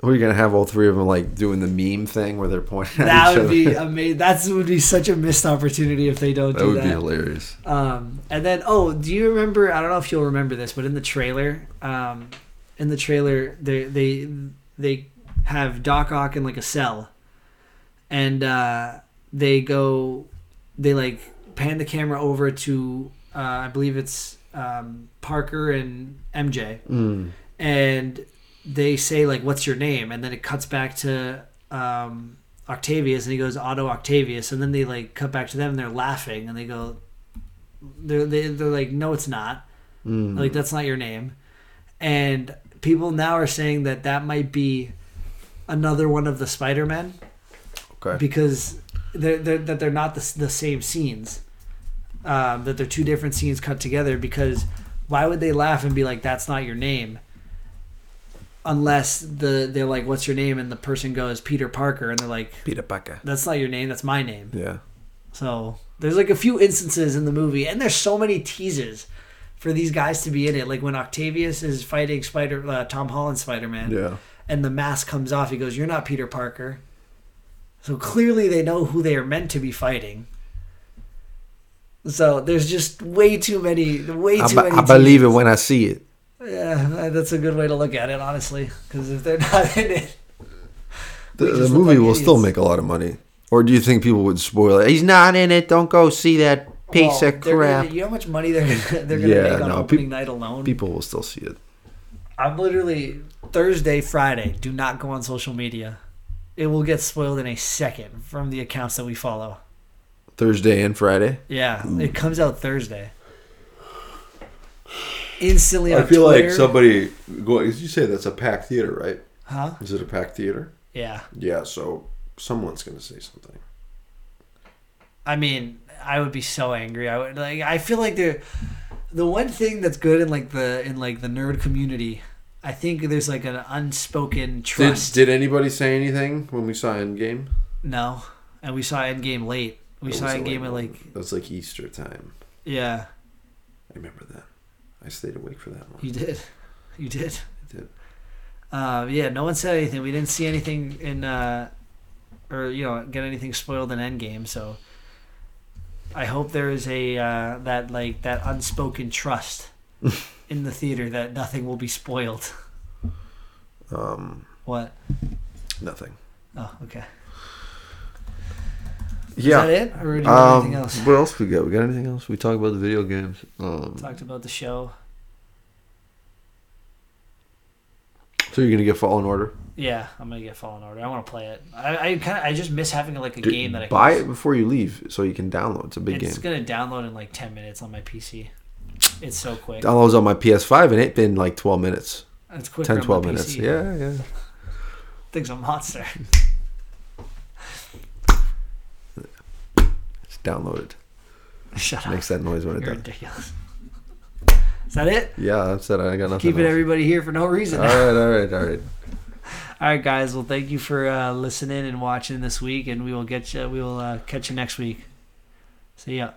[SPEAKER 2] Who are you going to have all three of them like doing the meme thing where they're pointing at
[SPEAKER 1] That
[SPEAKER 2] each
[SPEAKER 1] would be
[SPEAKER 2] other?
[SPEAKER 1] amazing. That would be such a missed opportunity if they don't
[SPEAKER 2] that
[SPEAKER 1] do
[SPEAKER 2] would be
[SPEAKER 1] that.
[SPEAKER 2] hilarious.
[SPEAKER 1] um, and then, oh, do you remember? I don't know if you'll remember this, but in the trailer, um, in the trailer, they they they have Doc Ock in like a cell, and uh, they go, they like pan the camera over to, uh, I believe it's um, Parker and MJ,
[SPEAKER 2] Mm.
[SPEAKER 1] and they say like what's your name and then it cuts back to um, octavius and he goes otto octavius and then they like cut back to them and they're laughing and they go they're, they, they're like no it's not
[SPEAKER 2] Mm.
[SPEAKER 1] like that's not your name and people now are saying that that might be another one of the spider-men
[SPEAKER 2] okay.
[SPEAKER 1] because they're, they're, that they're not the, s- the same scenes um, that they're two different scenes cut together because why would they laugh and be like that's not your name unless the they're like what's your name and the person goes peter parker and they're like
[SPEAKER 2] Peter Parker.
[SPEAKER 1] that's not your name that's my name
[SPEAKER 2] Yeah.
[SPEAKER 1] so there's like a few instances in the movie, and there's so many teases for these guys to be in it. Like when Octavius is fighting Spider uh, Tom Holland Spider Man,
[SPEAKER 2] Yeah.
[SPEAKER 1] and the mask comes off, he goes, "You're not Peter Parker." So clearly they know who they are meant to be fighting. So there's just way too many, way too
[SPEAKER 2] I, be-
[SPEAKER 1] many.
[SPEAKER 2] I believe it
[SPEAKER 1] teases.
[SPEAKER 2] when I see it.
[SPEAKER 1] Yeah, uh, that's a good way to look at it, honestly. Because if they're not in it,
[SPEAKER 2] The,
[SPEAKER 1] We
[SPEAKER 2] the
[SPEAKER 1] just look
[SPEAKER 2] movie
[SPEAKER 1] like
[SPEAKER 2] will still
[SPEAKER 1] idiots.
[SPEAKER 2] make a lot of money. Or do you think people would spoil it? He's not in it. Don't go see that piece
[SPEAKER 1] well,
[SPEAKER 2] of
[SPEAKER 1] they're
[SPEAKER 2] crap.
[SPEAKER 1] Gonna, you know how much money they're gonna, they're gonna
[SPEAKER 2] Yeah,
[SPEAKER 1] make on
[SPEAKER 2] no,
[SPEAKER 1] opening
[SPEAKER 2] peop-
[SPEAKER 1] night alone.
[SPEAKER 2] People will still see it.
[SPEAKER 1] I'm literally Thursday, Friday. Do not go on social media. It will get spoiled in a second from the accounts that we follow.
[SPEAKER 2] Thursday and Friday.
[SPEAKER 1] Yeah, it comes out Thursday. Instantly on
[SPEAKER 2] I feel
[SPEAKER 1] Twitter.
[SPEAKER 2] like somebody going. You say that's a packed theater, right?
[SPEAKER 1] Huh?
[SPEAKER 2] Is it a packed theater?
[SPEAKER 1] Yeah.
[SPEAKER 2] Yeah. So someone's going to say something.
[SPEAKER 1] I mean, I would be so angry. I would like. I feel like there, the one thing that's good in like the in like the nerd community, I think there's like an unspoken
[SPEAKER 2] Did,
[SPEAKER 1] trust.
[SPEAKER 2] did anybody say anything when we saw Endgame?
[SPEAKER 1] No, and we saw Endgame late. We
[SPEAKER 2] That
[SPEAKER 1] saw
[SPEAKER 2] was the
[SPEAKER 1] Endgame
[SPEAKER 2] late
[SPEAKER 1] at
[SPEAKER 2] one.
[SPEAKER 1] like
[SPEAKER 2] That was like Easter time.
[SPEAKER 1] yeah.
[SPEAKER 2] I remember that. I stayed awake for that one.
[SPEAKER 1] You did. You did.
[SPEAKER 2] I did.
[SPEAKER 1] Uh, yeah, no one said anything. We didn't see anything in, uh, or you know, get anything spoiled in Endgame. So I hope there is a uh, that like that unspoken trust in the theater that nothing will be spoiled.
[SPEAKER 2] Um,
[SPEAKER 1] What?
[SPEAKER 2] nothing.
[SPEAKER 1] Oh, okay.
[SPEAKER 2] Yeah.
[SPEAKER 1] Is that it? Or do you have
[SPEAKER 2] Um,
[SPEAKER 1] anything else?
[SPEAKER 2] What else we got? We got anything else? We talk about the video games. Um,
[SPEAKER 1] Talked about the show.
[SPEAKER 2] so you're gonna get Fallen Order.
[SPEAKER 1] Yeah, I'm gonna get Fallen Order. I want to play it. I, I kind of I just miss having like a
[SPEAKER 2] Dude,
[SPEAKER 1] game that I
[SPEAKER 2] buy it
[SPEAKER 1] can,
[SPEAKER 2] before you leave, so you can download. It's a big
[SPEAKER 1] It's
[SPEAKER 2] game.
[SPEAKER 1] gonna download in like ten minutes on my PC. It's so quick.
[SPEAKER 2] Downloads on my PS5, and it's been like 12 minutes,
[SPEAKER 1] It's quicker
[SPEAKER 2] 10, 12
[SPEAKER 1] on my
[SPEAKER 2] minutes.
[SPEAKER 1] PC.
[SPEAKER 2] Yeah, yeah.
[SPEAKER 1] Thing's a monster.
[SPEAKER 2] It's downloaded.
[SPEAKER 1] Shut up.
[SPEAKER 2] Makes that noise when it
[SPEAKER 1] You're
[SPEAKER 2] does.
[SPEAKER 1] ridiculous. Is that it?
[SPEAKER 2] Yeah, that's it. I got nothing.
[SPEAKER 1] Keeping
[SPEAKER 2] else.
[SPEAKER 1] everybody here for no reason.
[SPEAKER 2] All right, all right, all right.
[SPEAKER 1] All All right, guys. Well, thank you for uh, listening and watching this week, and we will get you. We will uh, catch you next week. See ya.